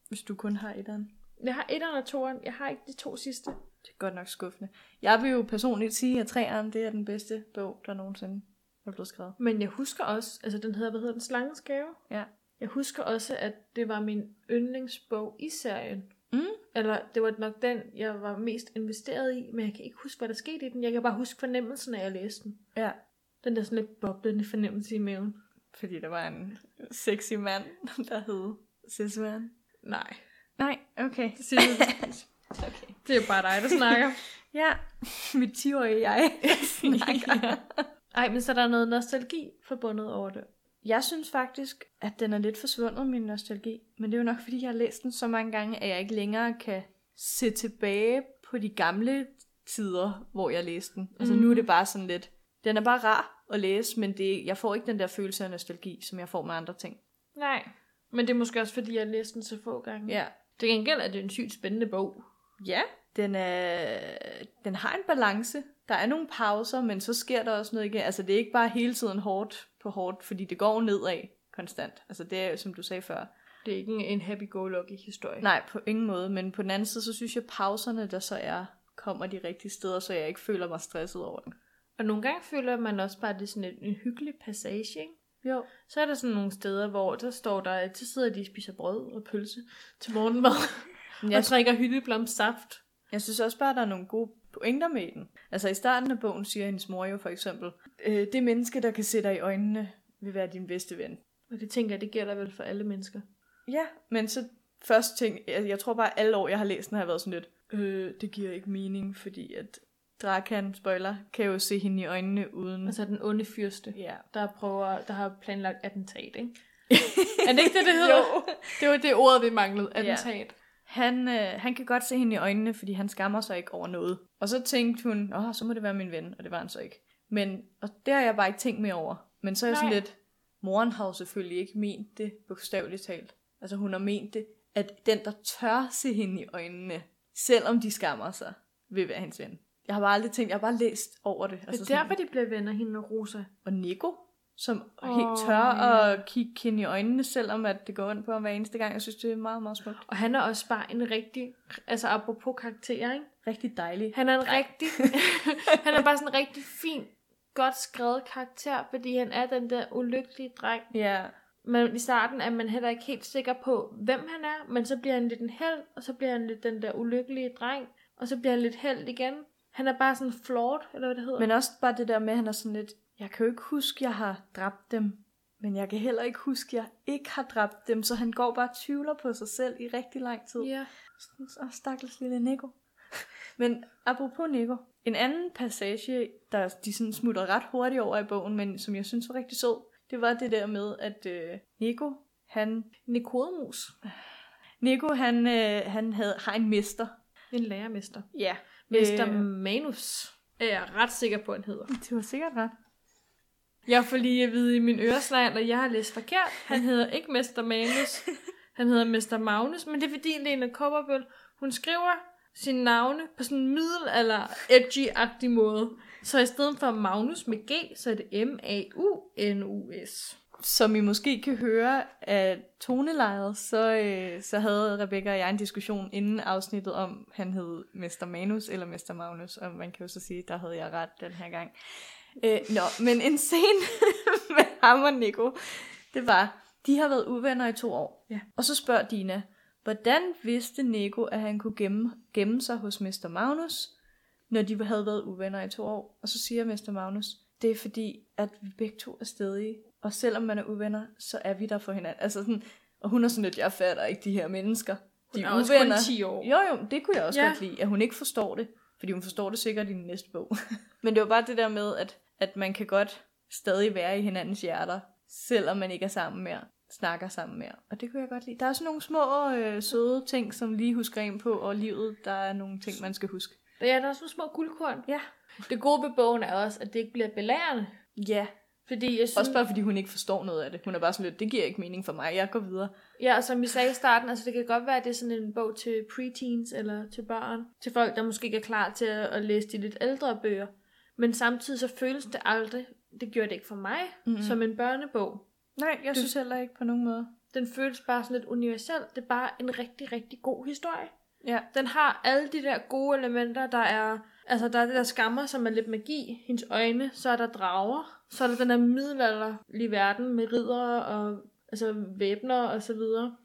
[SPEAKER 2] hvis du kun har etteren.
[SPEAKER 3] jeg har etteren og toeren, jeg har ikke de to sidste.
[SPEAKER 2] Det er godt nok skuffende. Jeg vil jo personligt sige, at treeren det er den bedste bog, der nogensinde er blevet skrevet.
[SPEAKER 3] Men jeg husker også, altså den hedder, hvad hedder den, Slangens Gave?
[SPEAKER 2] Ja.
[SPEAKER 3] Jeg husker også, at det var min yndlingsbog i serien.
[SPEAKER 2] Mm.
[SPEAKER 3] Eller det var nok den, jeg var mest investeret i, men jeg kan ikke huske, hvad der skete i den. Jeg kan bare huske fornemmelsen af, at jeg læste den.
[SPEAKER 2] Ja.
[SPEAKER 3] Den der sådan lidt boblende fornemmelse i maven.
[SPEAKER 2] Fordi der var en sexy mand, der hed Sisman.
[SPEAKER 3] Nej,
[SPEAKER 2] Nej, okay.
[SPEAKER 3] det, siger du.
[SPEAKER 2] okay.
[SPEAKER 3] det er bare dig, der snakker.
[SPEAKER 2] Ja, mit 10-årige jeg snakker.
[SPEAKER 3] Ej, men så er der noget nostalgi forbundet over det.
[SPEAKER 2] Jeg synes faktisk, at den er lidt forsvundet, min nostalgi. Men det er jo nok, fordi jeg har læst den så mange gange, at jeg ikke længere kan se tilbage på de gamle tider, hvor jeg læste den. Altså
[SPEAKER 3] Mhm.
[SPEAKER 2] nu er det bare sådan lidt... Den er bare rar at læse, men det, jeg får ikke den der følelse af nostalgi, som jeg får med andre ting.
[SPEAKER 3] Nej. Men det er måske også, fordi jeg læste den så få gange.
[SPEAKER 2] Ja.
[SPEAKER 3] Til gengæld er det en sygt spændende bog.
[SPEAKER 2] Ja. Den, er, den har en balance. Der er nogle pauser, men så sker der også noget igen. Altså det er ikke bare hele tiden hårdt på hårdt, fordi det går nedad konstant. Altså det er, som du sagde før,
[SPEAKER 3] Det er ikke en, en happy-go-lucky historie.
[SPEAKER 2] Nej, på ingen måde, men på den anden side, så synes jeg, pauserne, der så er, kommer de rigtige steder, så jeg ikke føler mig stresset over den.
[SPEAKER 3] Og nogle gange føler man også bare, at det er sådan en, en hyggelig passage, ikke?
[SPEAKER 2] Jo.
[SPEAKER 3] Så er der sådan nogle steder, hvor der står der, at så sidder de og spiser brød og pølse til morgenmad.
[SPEAKER 2] Men
[SPEAKER 3] jeg
[SPEAKER 2] jeg,
[SPEAKER 3] og drikker hyldeblomstsaft.
[SPEAKER 2] jeg synes også bare, at der er nogle gode pointer med den. Altså i starten af bogen siger hendes mor jo for eksempel, øh, det menneske, der kan se dig i øjnene, vil være din bedste ven.
[SPEAKER 3] Og det tænker jeg, det gælder vel for alle mennesker.
[SPEAKER 2] Ja, men så først ting, altså, jeg, jeg tror bare, alle år, jeg har læst den, har jeg været sådan lidt, øh, det giver ikke mening, fordi at Drakan, spoiler, kan jo se hende i øjnene uden...
[SPEAKER 3] Altså den onde fyrste,
[SPEAKER 2] Mm. ja.
[SPEAKER 3] der prøver, der har planlagt attentat, ikke? er det ikke det, det hedder?
[SPEAKER 2] Jo.
[SPEAKER 3] Det var det ord, vi manglede,
[SPEAKER 2] Ja.
[SPEAKER 3] attentat.
[SPEAKER 2] Han, øh, han kan godt se hende i øjnene, fordi han skammer sig ikke over noget. Og så tænkte hun, åh, så må det være min ven, og det var han så ikke. Men, og det har jeg bare ikke tænkt mere over. Men så er jeg sådan
[SPEAKER 3] Nej.
[SPEAKER 2] lidt, moren har jo selvfølgelig ikke ment det, bogstaveligt talt. Altså hun har ment det, at den, der tør se hende i øjnene, selvom de skammer sig, vil være hendes ven. Jeg har bare aldrig tænkt, jeg har bare læst over det. Altså
[SPEAKER 3] Det er
[SPEAKER 2] sådan-
[SPEAKER 3] derfor, de bliver venner, hende og Rosa.
[SPEAKER 2] og Nico, som oh, helt
[SPEAKER 3] Åh,
[SPEAKER 2] tør
[SPEAKER 3] ja.
[SPEAKER 2] at kigge hende i øjnene, selvom at det går ondt på ham hver eneste gang. Jeg synes, det er meget, meget smukt.
[SPEAKER 3] Og han er også bare en rigtig, altså apropos karakter, ikke?
[SPEAKER 2] Rigtig dejlig.
[SPEAKER 3] Han er en rigtig, han er bare sådan en rigtig fin, godt skrevet karakter, fordi han er den der ulykkelige dreng.
[SPEAKER 2] Ja,
[SPEAKER 3] Men i starten er man heller ikke helt sikker på, hvem han er, men så bliver han lidt en held, og så bliver han lidt den der ulykkelige dreng, og så bliver han lidt held igen. Han er bare sådan flawed, eller hvad det hedder.
[SPEAKER 2] Men også bare det der med, at han er sådan lidt, jeg kan jo ikke huske, jeg har dræbt dem, men jeg kan heller ikke huske, jeg ikke har dræbt dem, så han går bare og tvivler på sig selv i rigtig lang tid.
[SPEAKER 3] ja.
[SPEAKER 2] Åh, stakkels lille Nico. men apropos Nico, en anden passage, der de sådan smutter ret hurtigt over i bogen, men som jeg synes var rigtig sød, det var det der med, at øh, Nico, han,
[SPEAKER 3] Nikodemus,
[SPEAKER 2] Nico, han, øh, han havde, har en mester.
[SPEAKER 3] en lærermester.
[SPEAKER 2] Ja.
[SPEAKER 3] Mester
[SPEAKER 2] Øh.
[SPEAKER 3] Manus er jeg ret sikker på, han hedder.
[SPEAKER 2] Det var sikkert ret.
[SPEAKER 3] Jeg får lige at vide i min øresnegl, at jeg har læst forkert. Han hedder ikke Mester Manus. Han hedder Mester Magnus, men det er fordi, Lena Kobberbøl, hun skriver, sine navne på sådan en middelalder edgy-agtig måde. Så i stedet for Magnus med G, så er det M-A-U-N-U-S.
[SPEAKER 2] Som I måske kan høre af tonelejet, så, øh, så havde Rebecca og jeg en diskussion inden afsnittet om, han hed Mester Manus eller Mester Magnus, og man kan jo så sige, der havde jeg ret den her gang. Øh, nå, men en scene med ham og Nico, det var, de har været uvenner i to år.
[SPEAKER 3] Ja.
[SPEAKER 2] Og så spørger Dina, hvordan vidste Nico, at han kunne gemme, gemme sig hos Mester Magnus, når de havde været uvenner i to år? Og så siger Mester Magnus, det er fordi, at vi begge to er stedige, og selvom man er uvenner, så er vi der for hinanden. Altså sådan, og hun er sådan lidt, jeg fatter ikke de her mennesker. De
[SPEAKER 3] er også kun 10 år.
[SPEAKER 2] Jo, jo, det kunne jeg også
[SPEAKER 3] Ja.
[SPEAKER 2] ja. godt lide, at hun ikke forstår det. Fordi hun forstår det sikkert i den næste bog. Men det var bare det der med, at, at man kan godt stadig være i hinandens hjerter, selvom man ikke er sammen mere, snakker sammen mere. Og det kunne jeg godt lide. Der er sådan nogle små øh, søde ting, som lige husker ind på, og livet, der er nogle ting, man skal huske.
[SPEAKER 3] Ja, der er også nogle små guldkorn.
[SPEAKER 2] Ja.
[SPEAKER 3] Det gode ved bogen er også, at det ikke bliver belærende.
[SPEAKER 2] Ja.
[SPEAKER 3] Fordi jeg synes,
[SPEAKER 2] Også bare fordi hun ikke forstår noget af det. Hun er bare sådan lidt, det giver ikke mening for mig, jeg går videre.
[SPEAKER 3] Ja, og som vi sagde i starten, altså det kan godt være, at det er sådan en bog til preteens eller til børn. Til folk, der måske ikke er klar til at, at læse de lidt ældre bøger. Men samtidig så føles det aldrig, det gjorde det ikke for mig, mm. som en børnebog.
[SPEAKER 2] Nej, jeg synes heller ikke på nogen måde.
[SPEAKER 3] Den føles bare sådan lidt universel. Det er bare en rigtig, rigtig god historie.
[SPEAKER 2] Ja.
[SPEAKER 3] Den har alle de der gode elementer, der er... Altså, der er det der skammer, som er lidt magi. Hendes øjne, så er der drager. Så er der den der middelalderlige verden med riddere og altså, væbner og så videre.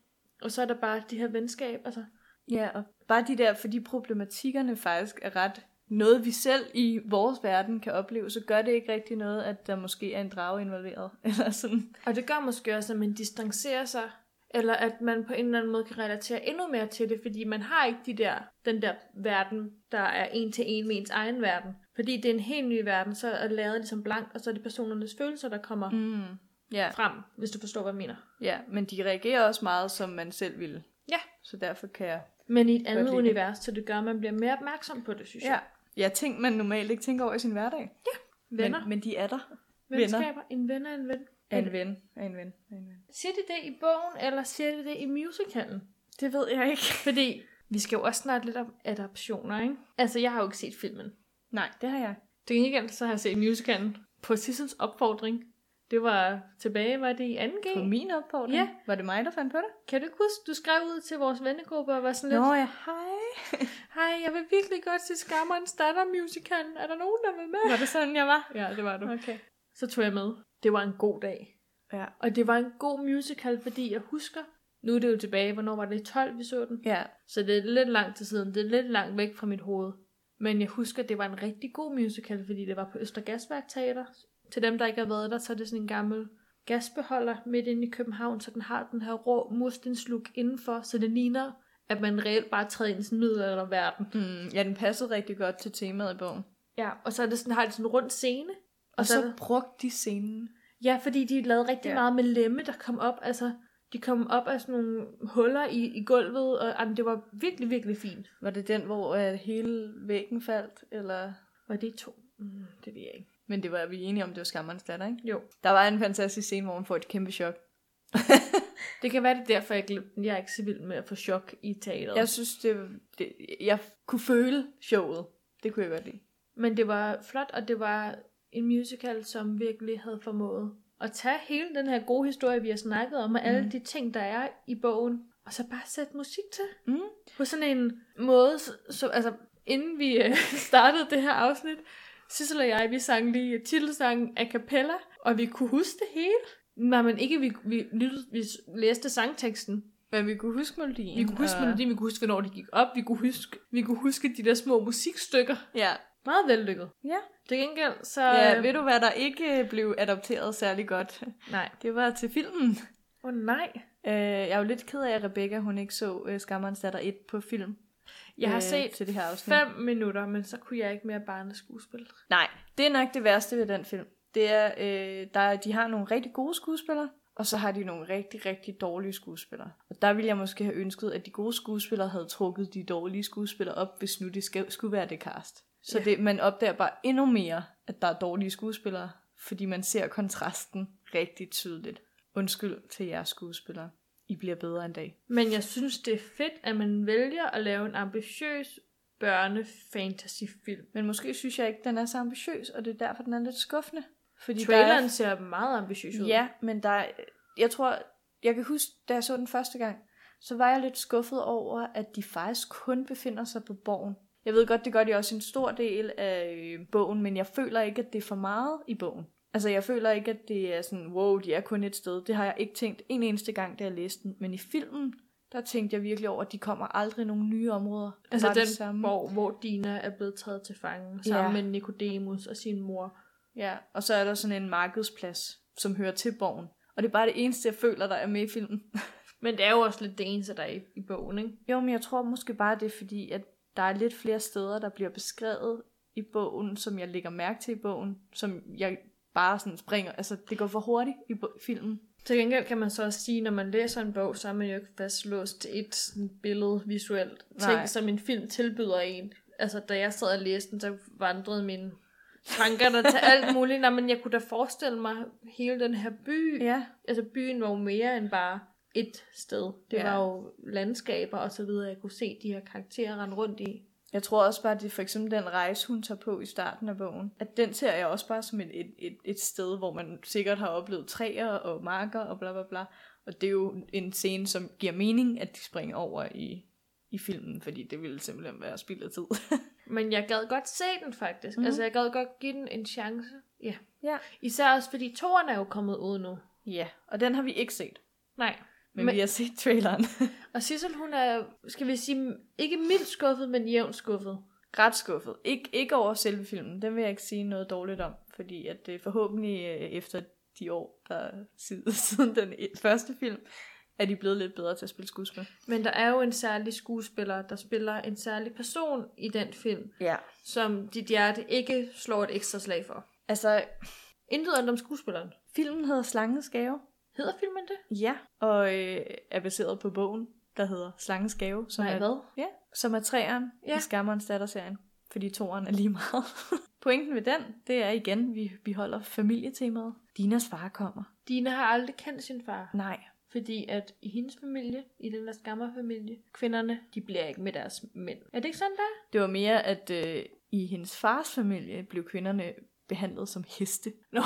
[SPEAKER 3] Og så er der bare de her venskab. Altså,
[SPEAKER 2] Ja, og bare de der, fordi problematikkerne faktisk er ret noget, vi selv i vores verden kan opleve, så gør det ikke rigtig noget, at der måske er en drage involveret. Eller sådan.
[SPEAKER 3] og det gør måske også, at man distancerer sig. Eller at man på en eller anden måde kan relatere endnu mere til det, fordi man har ikke de der, den der verden, der er en til en med ens egen verden. Fordi det er en helt ny verden, så er det lavet ligesom blank, og så er det personernes følelser, der kommer mm.
[SPEAKER 2] Mm. Ja.
[SPEAKER 3] frem, hvis du forstår, hvad jeg mener.
[SPEAKER 2] ja, men de reagerer også meget, som man selv ville.
[SPEAKER 3] Ja,
[SPEAKER 2] Så derfor kan jeg...
[SPEAKER 3] men i et andet
[SPEAKER 2] lide det.
[SPEAKER 3] univers, så det gør, at man bliver mere opmærksom på det, synes jeg.
[SPEAKER 2] ja ting, man normalt ikke tænker over i sin hverdag.
[SPEAKER 3] Venner,
[SPEAKER 2] Men, men de er der.
[SPEAKER 3] men, venskaber, venner. en ven er en ven.
[SPEAKER 2] Er en ven. Er en ven. Er en ven.
[SPEAKER 3] Siger de det i bogen, eller siger de det i musicalen?
[SPEAKER 2] Det ved jeg ikke.
[SPEAKER 3] Fordi vi skal jo også snakke lidt om adaptioner, ikke? Altså, jeg har jo ikke set filmen.
[SPEAKER 2] Nej, det har jeg.
[SPEAKER 3] Det kan ikke så har jeg set musicalen på Sissels opfordring. Det var tilbage, var det i 2G?
[SPEAKER 2] På min opfordring.
[SPEAKER 3] Ja.
[SPEAKER 2] Var det mig, der fandt på det?
[SPEAKER 3] Kan du ikke huske, du skrev ud til vores vennegruppe og var sådan lidt,
[SPEAKER 2] ja, hej.
[SPEAKER 3] hej, jeg vil virkelig godt se Skammerens datter musicalen. Er der nogen, der vil med?
[SPEAKER 2] Var det sådan, jeg var?
[SPEAKER 3] Ja, det var du.
[SPEAKER 2] Okay.
[SPEAKER 3] Så tog jeg med. Det var en god dag.
[SPEAKER 2] Ja.
[SPEAKER 3] Og det var en god musical, fordi jeg husker, nu er det jo tilbage, hvornår var det 12, vi så den?
[SPEAKER 2] Ja.
[SPEAKER 3] Så det er lidt langt til siden, det er lidt langt væk fra mit hoved. Men jeg husker, det var en rigtig god musical, fordi det var på Øster Gasværk Teater. Til dem, der ikke har været der, så er det sådan en gammel gasbeholder midt inde i København, så den har den her rå murstensluk indenfor, så det ligner, at man reelt bare træder ind i sådan en middelalderverden.
[SPEAKER 2] Mm, ja, den passede rigtig godt til temaet i bogen.
[SPEAKER 3] Ja, og så er det sådan, har det sådan en rund scene.
[SPEAKER 2] Og
[SPEAKER 3] er der-
[SPEAKER 2] så brugte de scenen.
[SPEAKER 3] Ja, fordi de lavede rigtig
[SPEAKER 2] Ja.
[SPEAKER 3] ja. meget med lemme, der kom op. Altså, de kom op af sådan nogle huller i, i gulvet, og jamen, det var virkelig, virkelig fint.
[SPEAKER 2] Var det den, hvor øh, hele væggen faldt? Eller...
[SPEAKER 3] Var det to? Mm, det ved jeg ikke.
[SPEAKER 2] Men det var vi er enige om, det var skammerens datter, ikke?
[SPEAKER 3] Jo.
[SPEAKER 2] Der var en fantastisk scene, hvor hun får et kæmpe chok.
[SPEAKER 3] Det kan være, det er derfor, jeg, glemte den. jeg er ikke så vild med at få chok i teateret.
[SPEAKER 2] Jeg synes, det, det, jeg kunne føle showet. Det kunne jeg godt lide.
[SPEAKER 3] Men det var flot, og det var en musical, som virkelig havde formået at tage hele den her gode historie, vi har snakket om, og mm. alle de ting, der er i bogen, og så bare sætte musik til.
[SPEAKER 2] Mm.
[SPEAKER 3] På sådan en måde, så, så, altså inden vi øh, startede det her afsnit, Sissel og jeg, vi sang lige titelsangen a cappella, og vi kunne huske det hele. Nej, men ikke vi, vi, lyttede, vi læste sangteksten,
[SPEAKER 2] Men vi kunne huske melodien.
[SPEAKER 3] Vi kunne huske melodien, vi kunne huske, hvornår det gik op, vi kunne huske, vi kunne huske de der små musikstykker.
[SPEAKER 2] Ja. Øh,
[SPEAKER 3] Meget vellykket.
[SPEAKER 2] Ja.
[SPEAKER 3] Til gengæld, så...
[SPEAKER 2] ja, ved du hvad, der ikke øh, blev adopteret særlig godt?
[SPEAKER 3] Nej.
[SPEAKER 2] Det var til filmen.
[SPEAKER 3] Åh oh, nej.
[SPEAKER 2] Øh, jeg er jo lidt ked af, at Rebecca hun ikke så øh, Skammerens datter 1 på film.
[SPEAKER 3] Jeg har
[SPEAKER 2] øh,
[SPEAKER 3] set
[SPEAKER 2] til det her afsnit.
[SPEAKER 3] 5 minutter, men så kunne jeg ikke mere barneskuespil.
[SPEAKER 2] Nej, det er nok det værste ved den film. Det er, øh, der, er- de har nogle rigtig gode skuespillere, og så har de nogle rigtig, rigtig dårlige skuespillere. Og der ville jeg måske have ønsket, at de gode skuespillere havde trukket de dårlige skuespillere op, hvis nu det skal, skulle være det cast. Så
[SPEAKER 3] Ja.
[SPEAKER 2] ja. det, man opdager bare endnu mere, at der er dårlige skuespillere, fordi man ser kontrasten rigtig tydeligt. Undskyld til jer skuespillere. I bliver bedre en dag.
[SPEAKER 3] Men jeg synes, det er fedt, at man vælger at lave en ambitiøs børne-fantasy-film.
[SPEAKER 2] Men måske synes jeg ikke, den er så ambitiøs, og det er derfor, den er lidt skuffende. Fordi der
[SPEAKER 3] Traileren ser meget ambitiøs
[SPEAKER 2] Er,
[SPEAKER 3] ud.
[SPEAKER 2] ja, men der er, jeg tror, jeg kan huske, da jeg så den første gang, så var jeg lidt skuffet over, at de faktisk kun befinder sig på borgen. Jeg ved godt, det gør de også i en stor del af øh, bogen, men jeg føler ikke, at det er for meget i bogen. Altså, jeg føler ikke, at det er sådan, wow, de er kun et sted. Det har jeg ikke tænkt en eneste gang, da jeg læste den. Men i filmen, der tænkte jeg virkelig over, at de kommer aldrig nogen nye områder. Det
[SPEAKER 3] Altså
[SPEAKER 2] var det
[SPEAKER 3] den, hvor, hvor Dina er blevet taget til fange sammen med Nicodemus og sin mor.
[SPEAKER 2] Ja, og så er der sådan en markedsplads, som hører til borgen. Og det er bare det eneste, jeg føler, der er med i filmen.
[SPEAKER 3] Men det er jo også lidt det eneste, der er i, i bogen, ikke?
[SPEAKER 2] jo, men jeg tror måske bare, det er fordi, at der er lidt flere steder, der bliver beskrevet i bogen, som jeg lægger mærke til i bogen, som jeg bare sådan springer. Altså, det går for hurtigt i bo- filmen.
[SPEAKER 3] Til gengæld kan man så også sige, når man læser en bog, så er man jo ikke fastlåst til et sådan billede visuelt ting,
[SPEAKER 2] Nej.
[SPEAKER 3] som en film tilbyder en. Altså, da jeg sad og læste den, så vandrede mine tanker der til alt muligt. Nå, men jeg kunne da forestille mig hele den her by.
[SPEAKER 2] Ja,
[SPEAKER 3] Altså, byen var jo mere end bare et sted. Det
[SPEAKER 2] Ja.
[SPEAKER 3] var jo landskaber og så videre, jeg kunne se de her karakterer rende rundt i.
[SPEAKER 2] Jeg tror også bare, at det er for eksempel den rejse, hun tager på i starten af bogen. At den ser jeg også bare som et, et, et, et sted, hvor man sikkert har oplevet træer og marker og bla bla bla. Og det er jo en scene, som giver mening, at de springer over i, i filmen, fordi det ville simpelthen være spild af tid.
[SPEAKER 3] Men jeg gad godt se den faktisk.
[SPEAKER 2] Mhm.
[SPEAKER 3] Mm. Altså, jeg gad godt give den en chance. Ja.
[SPEAKER 2] Ja.
[SPEAKER 3] Især også, fordi toren er jo kommet ud nu.
[SPEAKER 2] ja, og den har vi ikke set,
[SPEAKER 3] Nej.
[SPEAKER 2] men, men
[SPEAKER 3] Men-
[SPEAKER 2] vi har set traileren.
[SPEAKER 3] Og Sissel, hun er, skal vi sige, ikke mildt skuffet, men jævnt skuffet.
[SPEAKER 2] Ret skuffet. Ik- ikke over selve filmen, den vil jeg ikke sige noget dårligt om, fordi at det er forhåbentlig øh, efter de år, der er siden siden den e- første film, er de blevet lidt bedre til at spille skuespil.
[SPEAKER 3] Men der er jo en særlig skuespiller, der spiller en særlig person i den film,
[SPEAKER 2] Ja.
[SPEAKER 3] som dit hjerte ikke slår et ekstra slag for.
[SPEAKER 2] Altså,
[SPEAKER 3] Intet andet om skuespilleren.
[SPEAKER 2] filmen hedder Slangens Gave.
[SPEAKER 3] Hedder filmen det?
[SPEAKER 2] Ja. Og øh, er baseret på bogen, der hedder Slangens Gave. Som er,
[SPEAKER 3] hvad?
[SPEAKER 2] Ja, som er træeren ja.
[SPEAKER 3] Ja.
[SPEAKER 2] i Skammerens datter-serien. Fordi toeren er lige meget. Pointen ved den, det er igen, vi, vi holder familietemaet. Dinas far kommer.
[SPEAKER 3] Dina har aldrig kendt sin far,
[SPEAKER 2] Nej.
[SPEAKER 3] fordi at i hendes familie, i den der skammerfamilie, kvinderne, de bliver ikke med deres mænd. Er det ikke sådan, der?
[SPEAKER 2] Det var mere, at øh, i hendes fars familie blev kvinderne behandlet som heste. Nå.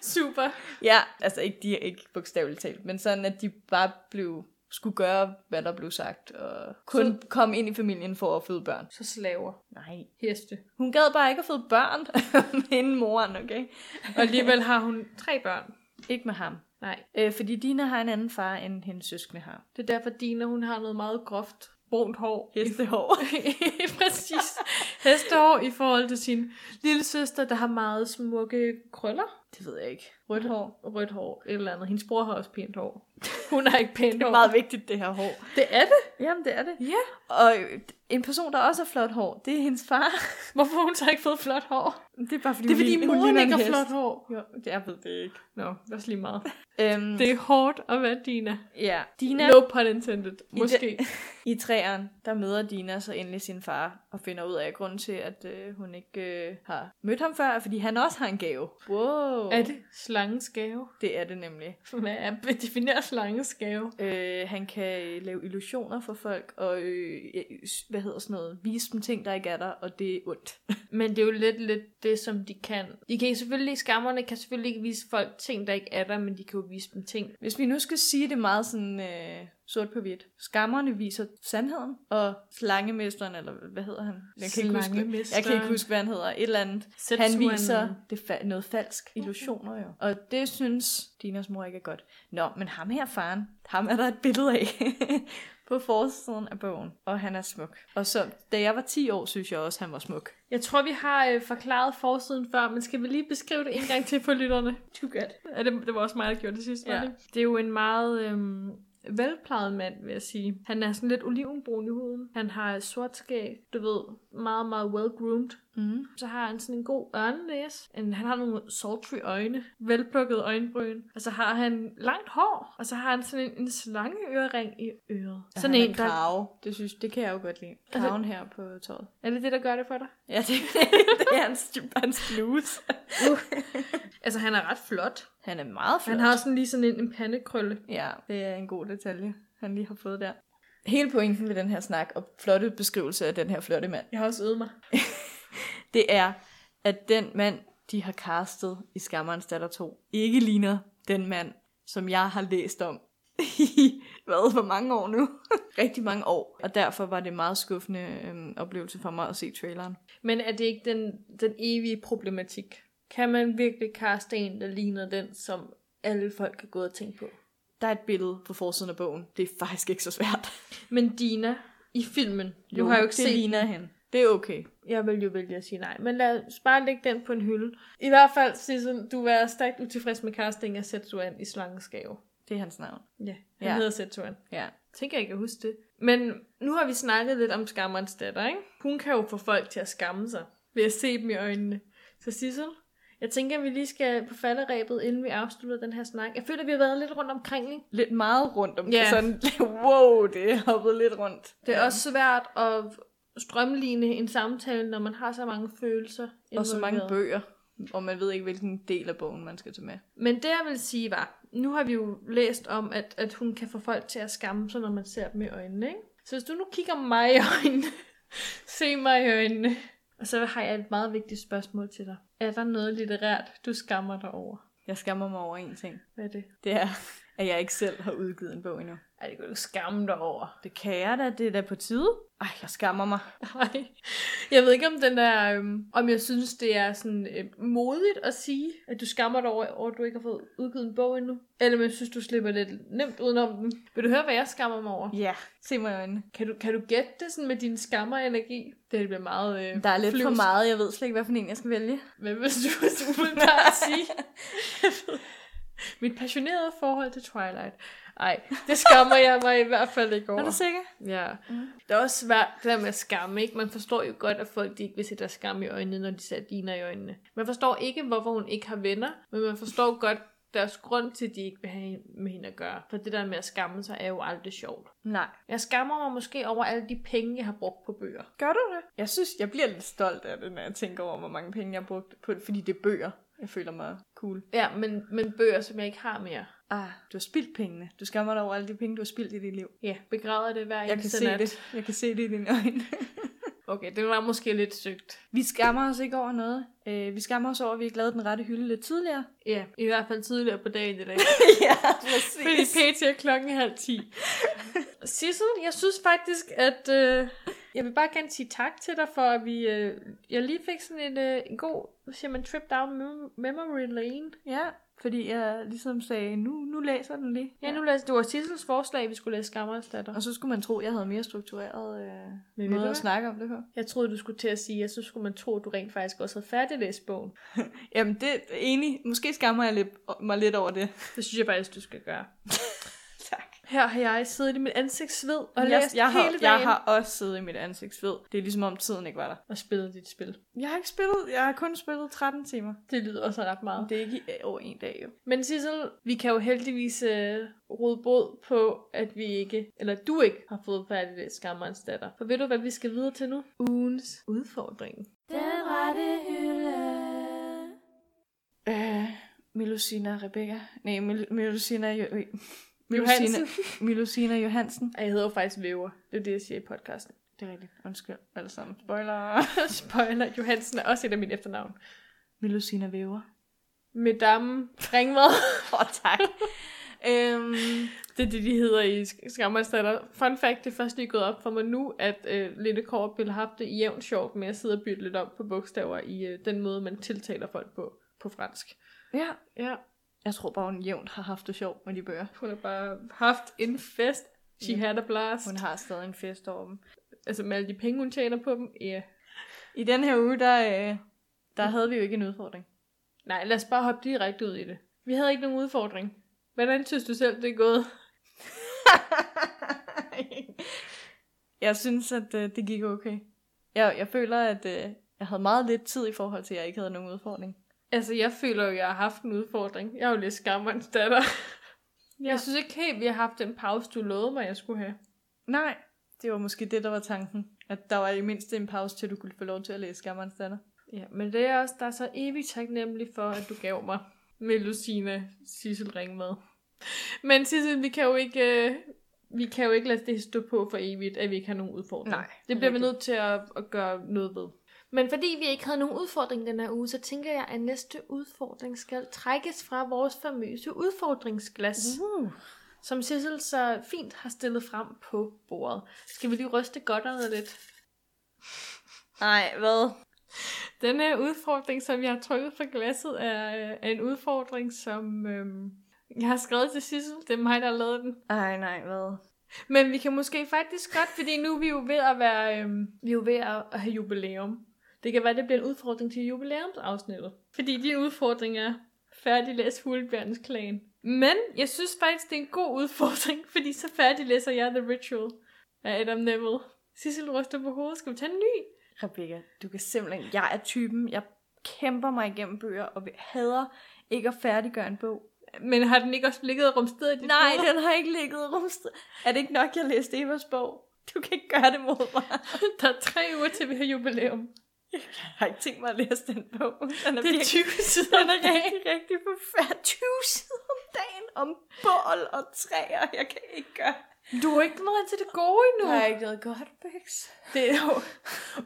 [SPEAKER 3] Super.
[SPEAKER 2] ja, altså ikke, de, ikke bogstaveligt talt, men sådan, at de bare blev skulle gøre, hvad der blev sagt, og kun så... komme ind i familien for at føde børn.
[SPEAKER 3] Så slaver.
[SPEAKER 2] Nej.
[SPEAKER 3] Heste.
[SPEAKER 2] Hun gad bare ikke at føde børn inden moren, okay?
[SPEAKER 3] Og alligevel har hun tre børn.
[SPEAKER 2] Ikke med ham.
[SPEAKER 3] Nej.
[SPEAKER 2] Øh, fordi Dina har en anden far, end hendes søskende har.
[SPEAKER 3] Det er derfor, Dina, hun har noget meget groft, brunt hår.
[SPEAKER 2] Hestehår.
[SPEAKER 3] Præcis. Hestehår i forhold til sin lille søster, der har meget smukke krøller.
[SPEAKER 2] det ved jeg ikke.
[SPEAKER 3] Rødt hår. Rødt hår. Et eller andet. Hendes bror har også pænt hår. Hun har ikke pænt hår.
[SPEAKER 2] Meget vigtigt, det her hår.
[SPEAKER 3] Det er det.
[SPEAKER 2] Jamen, det er det.
[SPEAKER 3] Ja.
[SPEAKER 2] Og øh, en person, der også har flot hår, det er hendes far.
[SPEAKER 3] Hvorfor har hun så ikke fået flot hår?
[SPEAKER 2] Det er bare, fordi,
[SPEAKER 3] Det er fordi, moren ikke
[SPEAKER 2] har
[SPEAKER 3] har flot hår.
[SPEAKER 2] Jo, det jeg ved det ikke.
[SPEAKER 3] Nå, det er også lige meget.
[SPEAKER 2] Øhm,
[SPEAKER 3] Det er hårdt at være Dina.
[SPEAKER 2] ja. Dina,
[SPEAKER 3] Dina. No pun intended. Måske.
[SPEAKER 2] i træeren, der møder Dina så endelig sin far, og finder ud af at grunden til, at øh, hun ikke øh, har mødt ham før, er, fordi han også har en gave. Wow.
[SPEAKER 3] Er det slangens gave?
[SPEAKER 2] Det er det nemlig.
[SPEAKER 3] Hvad er definere slangens gave?
[SPEAKER 2] Øh, han kan øh, lave illusioner for folk, og øh, øh, s- hvad hedder sådan noget, vise dem ting, der ikke er der, og det er ondt.
[SPEAKER 3] Men det er jo lidt, lidt det, som de kan. De kan selvfølgelig, skammerne kan selvfølgelig ikke vise folk ting, der ikke er der, men de kan jo vise dem ting.
[SPEAKER 2] Hvis vi nu skal sige det meget sådan øh, sort på hvidt. Skammerne viser sandheden, og slangemesteren, eller hvad hedder han? Jeg kan, ikke huske, jeg kan ikke huske, hvad han hedder. Et eller andet. Han viser det fa- noget falsk. Illusioner jo. Og det synes Dinas mor ikke er godt. Nå, men ham her faren, ham er der et billede af på forsiden af bogen. Og han er smuk. Og så, da jeg var 10 år, synes jeg også, han var smuk.
[SPEAKER 3] Jeg tror, vi har øh, forklaret forsiden før, men skal vi lige beskrive det en gang til for lytterne?
[SPEAKER 2] Du godt.
[SPEAKER 3] Ja, det, det var også mig, der gjorde det sidste.
[SPEAKER 2] Ja.
[SPEAKER 3] Ja. Det er jo en meget øhm, velplejet mand, vil jeg sige. Han er sådan lidt olivenbrun i huden. Han har sort skæg. Du ved, meget, meget well-groomed.
[SPEAKER 2] Mm.
[SPEAKER 3] Så har han sådan en god ørnenæse. En- Han har nogle sultry øjne. Velplukkede øjenbryn. Og så har han langt hår. Og så har han sådan en, en slangeørering i øret. Sådan en, der...
[SPEAKER 2] krave. Det, synes, det kan jeg jo godt lide.
[SPEAKER 3] Altså-
[SPEAKER 2] Kraven her på tøjet.
[SPEAKER 3] Er det det, der gør det for dig?
[SPEAKER 2] Ja, det, det er hans, hans bluse.
[SPEAKER 3] Altså, han er ret flot.
[SPEAKER 2] Han er meget flot.
[SPEAKER 3] Han har sådan lige sådan en, en pandekrølle.
[SPEAKER 2] Ja, det er en god detalje, han lige har fået der. Hele pointen ved den her snak og flotte beskrivelse af den her flotte mand,
[SPEAKER 3] Jeg har også øvet mig.
[SPEAKER 2] det er, at den mand, de har castet i Skammerens datter 2, ikke ligner den mand, som jeg har læst om i, hvad, hvor mange år nu? Rigtig mange år. Og derfor var det en meget skuffende øhm, oplevelse for mig at se traileren.
[SPEAKER 3] Men er det ikke den, den evige problematik? Kan man virkelig kaste en, der ligner den, som alle folk har gået og tænkt på?
[SPEAKER 2] Der er et billede på forsiden af bogen. Det er faktisk ikke så svært.
[SPEAKER 3] Men Dina i filmen, jo, du har jo ikke set
[SPEAKER 2] ligner hende. Det er okay.
[SPEAKER 3] Jeg vil jo vælge at sige nej, men lad os bare lægge den på en hylde. I hvert fald, Sissel, du var stærkt utilfreds med casting af Setsuan i Slangens Gave.
[SPEAKER 2] Det er hans navn.
[SPEAKER 3] Ja, han
[SPEAKER 2] Ja.
[SPEAKER 3] hedder Setsuan.
[SPEAKER 2] Ja.
[SPEAKER 3] Tænker jeg ikke at huske det. Men nu har vi snakket lidt om skammerens datter, ikke? Hun kan jo få folk til at skamme sig ved at se dem i øjnene. Så Sissel, jeg tænker, at vi lige skal på falderæbet, inden vi afslutter den her snak. Jeg føler, at vi har været lidt rundt omkring, ikke?
[SPEAKER 2] Lidt meget rundt om
[SPEAKER 3] Ja.
[SPEAKER 2] yeah. sådan, wow, det er hoppet lidt rundt.
[SPEAKER 3] Det er også svært at strømligne en samtale, når man har så mange følelser.
[SPEAKER 2] Og så mange
[SPEAKER 3] involveret.
[SPEAKER 2] bøger, og man ved ikke, hvilken del af bogen, man skal tage med.
[SPEAKER 3] Men det jeg vil sige var, nu har vi jo læst om, at, at hun kan få folk til at skamme sig, når man ser dem i øjnene. Ikke? Så hvis du nu kigger mig i øjnene, se mig i øjnene. Og så har jeg et meget vigtigt spørgsmål til dig. Er der noget litterært, du skammer dig over?
[SPEAKER 2] Jeg skammer mig over en ting.
[SPEAKER 3] Hvad er det?
[SPEAKER 2] Det er, at jeg ikke selv har udgivet en bog endnu.
[SPEAKER 3] Ej, det kan du ikke skamme dig over.
[SPEAKER 2] Det kan jeg da, det er da på tide. Ej, jeg skammer mig.
[SPEAKER 3] Nej. Jeg ved ikke, om den er, øhm, om jeg synes, det er sådan øh, modigt at sige, at du skammer dig over, over, at du ikke har fået udgivet en bog endnu. Eller om jeg synes, du slipper lidt nemt udenom den. Vil du høre, hvad jeg skammer mig over?
[SPEAKER 2] Ja, se mig i øjnene.
[SPEAKER 3] Kan du, kan du gætte det sådan med din skammer energi? Det bliver meget øh,
[SPEAKER 2] Der er lidt
[SPEAKER 3] flyvsk.
[SPEAKER 2] for meget, jeg ved slet ikke, hvad for en jeg skal vælge.
[SPEAKER 3] Hvad vil du umiddelbart sige? Jeg ved- Mit passionerede forhold til Twilight. Ej, det skammer jeg mig i hvert fald ikke over.
[SPEAKER 2] Er du sikker?
[SPEAKER 3] Ja. Mm. Det er også svært det der med skamme, ikke? Man forstår jo godt, at folk de ikke vil se der skam i øjnene, når de ser diner i øjnene. Man forstår ikke, hvorfor hun ikke har venner, men man forstår godt deres grund til, at de ikke vil have hende- med hende at gøre. For det der med at skamme sig er jo aldrig sjovt.
[SPEAKER 2] Nej.
[SPEAKER 3] Jeg skammer mig måske over alle de penge, jeg har brugt på bøger.
[SPEAKER 2] Gør du det? Jeg synes, jeg bliver lidt stolt af det, når jeg tænker over, hvor mange penge jeg har brugt på det, fordi det er bøger. Jeg føler mig cool.
[SPEAKER 3] Ja, men, men bøger, som jeg ikke har mere.
[SPEAKER 2] Ah, du har spildt pengene. Du skammer dig over alle de penge, du har spildt i dit liv.
[SPEAKER 3] Ja, begræder det hver
[SPEAKER 2] Jeg kan
[SPEAKER 3] eneste
[SPEAKER 2] se
[SPEAKER 3] nat.
[SPEAKER 2] det. Jeg kan se det i dine øjne.
[SPEAKER 3] Okay, det var måske lidt sygt.
[SPEAKER 2] vi skammer os ikke over noget. Øh, vi skammer os over, at vi ikke lavede den rette hylde lidt tidligere.
[SPEAKER 3] Ja, i hvert fald tidligere på dagen i dag.
[SPEAKER 2] ja,
[SPEAKER 3] Fordi
[SPEAKER 2] præcis.
[SPEAKER 3] pt. er klokken halv ti. Sissel, jeg synes faktisk, at øh, jeg vil bare gerne sige tak til dig for, at vi, øh, jeg lige fik sådan en, øh, en god hvad siger man, trip down mem- memory lane.
[SPEAKER 2] Ja, fordi jeg ligesom sagde, nu, nu læser den lige.
[SPEAKER 3] Ja, nu læste, det var Sissels forslag, vi skulle læse Skammerens datter.
[SPEAKER 2] Og så skulle man tro, jeg havde mere struktureret øh,
[SPEAKER 3] ved du
[SPEAKER 2] måde
[SPEAKER 3] hvad?
[SPEAKER 2] at snakke om det på.
[SPEAKER 3] Jeg troede, du skulle til at sige, at så skulle man tro, at du rent faktisk også havde færdiglæst bogen.
[SPEAKER 2] Jamen, det er enig. Måske skammer jeg lidt, øh, mig lidt over det.
[SPEAKER 3] Det synes jeg faktisk, du skal gøre.
[SPEAKER 2] Tak.
[SPEAKER 3] Her har jeg siddet i mit ansigtsved og
[SPEAKER 2] Og jeg,
[SPEAKER 3] læst
[SPEAKER 2] jeg, jeg,
[SPEAKER 3] hele
[SPEAKER 2] har,
[SPEAKER 3] dagen.
[SPEAKER 2] jeg har også siddet i mit ansigtsved. Det er ligesom om tiden ikke var der.
[SPEAKER 3] Og spillet dit spil.
[SPEAKER 2] Jeg har ikke spillet, jeg har kun spillet 13 timer.
[SPEAKER 3] Det lyder også ret meget.
[SPEAKER 2] Det er ikke i over en dag jo.
[SPEAKER 3] Men Sissel, vi kan jo heldigvis øh, råde båd på, at vi ikke, eller du ikke, har fået færdigt det skammerens datter. For ved du, hvad vi skal videre til nu? Ugens udfordring.
[SPEAKER 1] Den rette hylde.
[SPEAKER 2] Øh, Melusina Rebecca. Nej, Mel- Melusina... Jo- øh,
[SPEAKER 3] Johansen.
[SPEAKER 2] Melusina Johansen.
[SPEAKER 3] Og jeg hedder jo faktisk Væver. Det er det, jeg siger i podcasten.
[SPEAKER 2] Det er rigtigt. Undskyld alle sammen. Spoiler.
[SPEAKER 3] Spoiler, Johansen er også et af mit efternavn.
[SPEAKER 2] Melusina Væver.
[SPEAKER 3] Madame Ringvad.
[SPEAKER 2] Åh, oh, tak. øhm,
[SPEAKER 3] det er det, de hedder i Sk- Skammerens datter. Fun fact, det er først lige gået op for mig nu, at øh, Linde Korp ville have haft det jævnt sjovt med at sidde og bytte lidt om på bogstaver i øh, den måde, man tiltaler folk på på fransk.
[SPEAKER 2] ja.
[SPEAKER 3] Ja,
[SPEAKER 2] Jeg tror bare, hun jævnt har haft det sjovt med de bøger.
[SPEAKER 3] Hun har bare haft en fest. She
[SPEAKER 2] Ja.
[SPEAKER 3] had a blast.
[SPEAKER 2] Hun har stadig en fest over dem.
[SPEAKER 3] Altså med alle de penge, hun tjener på dem. Ja. Yeah.
[SPEAKER 2] I den her uge, der, øh, der havde vi jo ikke en udfordring.
[SPEAKER 3] Nej, lad os bare hoppe direkte ud i det. Vi havde ikke nogen udfordring. Hvordan synes du selv, det er gået?
[SPEAKER 2] jeg synes, at øh, det gik okay. Jeg, jeg føler, at øh, jeg havde meget lidt tid i forhold til, at jeg ikke havde nogen udfordring.
[SPEAKER 3] Altså, jeg føler jo, jeg har haft en udfordring. Jeg har jo læst skammerens datter. Ja. Jeg synes ikke helt, vi har haft den pause, du lovede mig, jeg skulle have.
[SPEAKER 2] Nej, det var måske det, der var tanken. At der var i mindst en pause til, du kunne få lov til at læse Skammerens Datter.
[SPEAKER 3] Ja, men det er også, der er så evigt taknemmelig for, at du gav mig med Lucina Sissel Ringmad. Men Sissel, vi kan jo ikke øh, vi kan jo ikke lade det stå på for evigt, at vi ikke har nogen udfordring.
[SPEAKER 2] Nej,
[SPEAKER 3] Det bliver vi
[SPEAKER 2] rigtigt.
[SPEAKER 3] nødt til at, at gøre noget ved.
[SPEAKER 4] Men fordi vi ikke havde nogen udfordring den her uge, så tænker jeg, at næste udfordring skal trækkes fra vores famøse
[SPEAKER 3] Mhm.
[SPEAKER 4] udfordringsglas,
[SPEAKER 2] Uh.
[SPEAKER 4] som Sissel så fint har stillet frem på bordet. Skal vi lige ryste godt lidt?
[SPEAKER 2] Nej, hvad?
[SPEAKER 3] Den her udfordring, som jeg har trykket fra glasset, er, øh, er en udfordring, som øhm, jeg har skrevet til Sissel. Det er mig, der har lavet den.
[SPEAKER 2] Ej, nej, hvad?
[SPEAKER 3] Men vi kan måske faktisk godt, fordi nu er vi jo ved at være, øhm, vi er jo ved at, at have jubilæum. Det kan være, det bliver en udfordring til jubilæumsafsnittet. Fordi din udfordring er, færdig læs Hulebjørnens klan. Men jeg synes faktisk, det er en god udfordring, fordi så færdig læser jeg The Ritual af Adam Neville. Sissel ryster på hovedet. Skal vi tage en ny?
[SPEAKER 2] Rebecca, du kan simpelthen... Jeg er typen, jeg kæmper mig igennem bøger, og hader ikke at færdiggøre en bog.
[SPEAKER 3] Men har den ikke også ligget og rumsteret i dit
[SPEAKER 2] Nej,
[SPEAKER 3] hoved?
[SPEAKER 2] den har ikke ligget rumsted. Er det ikke nok, jeg læste Evas bog? Du kan ikke gøre det mod mig.
[SPEAKER 3] Der er tre uger til, vi har jubilæum.
[SPEAKER 2] Jeg har ikke tænkt mig at læse den bog. Den er,
[SPEAKER 3] Det er 20 sider
[SPEAKER 2] den er rigtig, rigtig forfærdelig. 20 sider om dagen om bål og træer. Jeg kan ikke gøre
[SPEAKER 3] Du er ikke nået til det gode endnu.
[SPEAKER 2] Jeg har ikke noget godt, Bex.
[SPEAKER 3] Det er jo...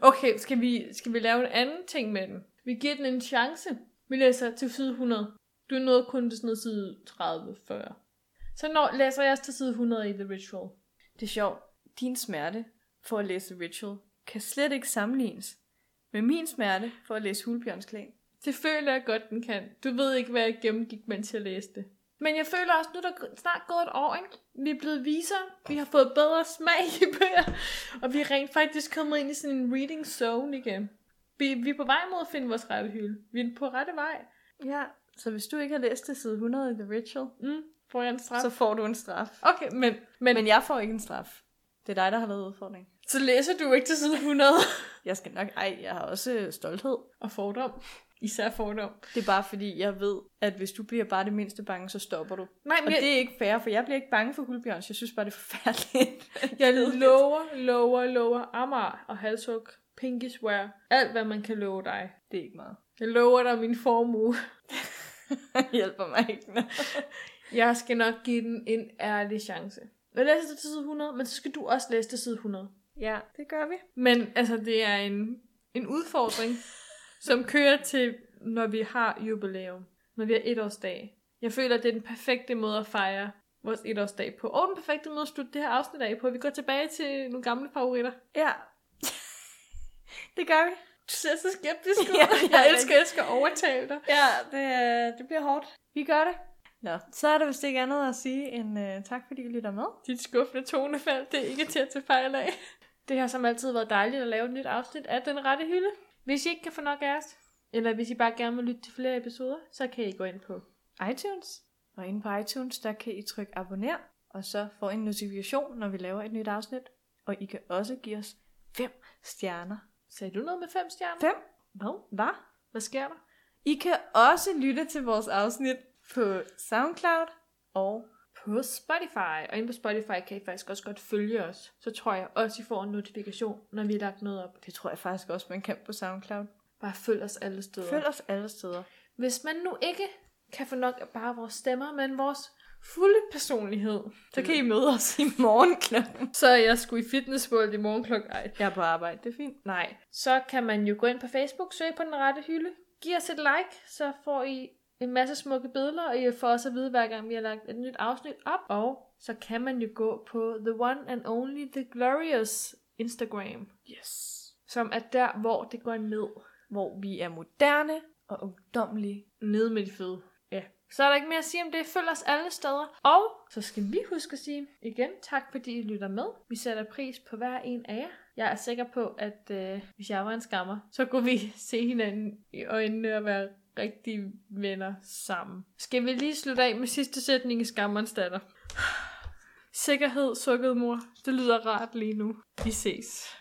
[SPEAKER 3] Okay, skal vi, skal vi lave en anden ting med den? Vi giver den en chance. Vi læser til side 100. Du er nået kun til sådan noget side 30-40. Så når, læser jeg også til side 100 i The Ritual.
[SPEAKER 2] Det er sjovt. Din smerte for at læse Ritual kan slet ikke sammenlignes med min smerte for at læse Hulbjørns Klan.
[SPEAKER 3] Det føler jeg godt, den kan. Du ved ikke, hvad jeg gennemgik, mens jeg læste. Men jeg føler også, nu er der g- snart gået et år, ikke? Vi er blevet visere, vi har fået bedre smag i bøger, og vi er rent faktisk kommet ind i sådan en reading zone igen. Vi, vi er på vej mod at finde vores rette hylde. Vi er på rette vej.
[SPEAKER 2] Ja, så hvis du ikke har læst til side 100 i The Ritual,
[SPEAKER 3] Mm, får jeg en straf?
[SPEAKER 2] så får du en straf.
[SPEAKER 3] Okay, men, men, men
[SPEAKER 2] Men jeg får ikke en straf. Det er dig, der har lavet udfordringen.
[SPEAKER 3] så læser du ikke til side 100.
[SPEAKER 2] Jeg skal nok... Ej, jeg har også øh, stolthed.
[SPEAKER 3] og fordom. Især fordom.
[SPEAKER 2] Det er bare fordi, jeg ved, at hvis du bliver bare det mindste bange, så stopper du.
[SPEAKER 3] Nej,
[SPEAKER 2] Og
[SPEAKER 3] men jeg,
[SPEAKER 2] det er ikke fair, for jeg bliver ikke bange for hulbjørns. Jeg synes bare, det er forfærdeligt.
[SPEAKER 3] jeg lover, lover, lover Amager og Halshug, Pinky Swear, alt hvad man kan love dig.
[SPEAKER 2] Det er ikke meget.
[SPEAKER 3] Jeg lover dig min formue.
[SPEAKER 2] hjælper mig ikke. med.
[SPEAKER 3] Jeg skal nok give den en ærlig chance. Jeg læser til side 100, men så skal du også læse til side 100.
[SPEAKER 2] ja, det gør vi.
[SPEAKER 3] Men altså, det er en, en udfordring, som kører til, når vi har jubilæum. Når vi har etårsdag. Jeg føler, at det er den perfekte måde at fejre vores etårsdag på. Og den perfekte måde at slutte det her afsnit af på. Vi går tilbage til nogle gamle favoritter.
[SPEAKER 2] Ja. det gør vi.
[SPEAKER 3] Du ser så skeptisk ud.
[SPEAKER 2] Ja,
[SPEAKER 3] ja,
[SPEAKER 2] jeg
[SPEAKER 3] jeg
[SPEAKER 2] er
[SPEAKER 3] elsker, at jeg skal overtale dig.
[SPEAKER 2] Ja, det, øh, det bliver hårdt. Vi gør det. Nå, så er der vist ikke andet at sige end uh, tak, fordi I lytter med.
[SPEAKER 3] Dit skuffende tonefald, det er ikke til at tage fejl af. Det har som altid været dejligt at lave et nyt afsnit af Den Rette Hylde. Hvis I ikke kan få nok af os, eller hvis I bare gerne vil lytte til flere episoder, så kan I gå ind på
[SPEAKER 2] iTunes. Og inde på iTunes, der kan I trykke abonner, og så få en notifikation, når vi laver et nyt afsnit. Og I kan også give os fem stjerner.
[SPEAKER 3] Sagde du noget med fem stjerner?
[SPEAKER 2] Fem? Hvad? Hvad?
[SPEAKER 3] Hvad sker der?
[SPEAKER 2] I kan også lytte til vores afsnit på SoundCloud og
[SPEAKER 3] På Spotify. Og inde på Spotify kan I faktisk også godt følge os. Så tror jeg også, I får en notifikation, når vi har lagt noget op.
[SPEAKER 2] det tror jeg faktisk også, man kan på SoundCloud.
[SPEAKER 3] Bare følg os alle steder.
[SPEAKER 2] Følg os alle steder.
[SPEAKER 3] Hvis man nu ikke kan få nok af bare vores stemmer, men vores fulde personlighed, så kan I møde os.
[SPEAKER 2] I morgen klokken.
[SPEAKER 3] Så er jeg skulle i Fitness World i morgen klokken ej.
[SPEAKER 2] Jeg er på arbejde, det er fint.
[SPEAKER 3] Nej. Så kan man jo gå ind på Facebook, søge på den rette hylde. Giv os et like, så får I en masse smukke billeder, og I får også at vide, hver gang vi har lagt et nyt afsnit op. Og så kan man jo gå på The One and Only The Glorious Instagram,
[SPEAKER 2] Yes.
[SPEAKER 3] som er der, hvor det går ned.
[SPEAKER 2] Hvor vi er moderne og ungdomlige.
[SPEAKER 3] Ned med de fede. Ja. Så er der ikke mere at sige om det. Følg os alle steder. Og så skal vi huske at sige igen, tak fordi I lytter med. Vi sætter pris på hver en af jer. Jeg er sikker på, at øh, hvis jeg var en skammer, så kunne vi se hinanden i øjnene og være rigtige venner sammen. Skal vi lige slutte af med sidste sætning i skammerens datter? Sikkerhed, sukkede mor. Det lyder rart lige nu. Vi ses.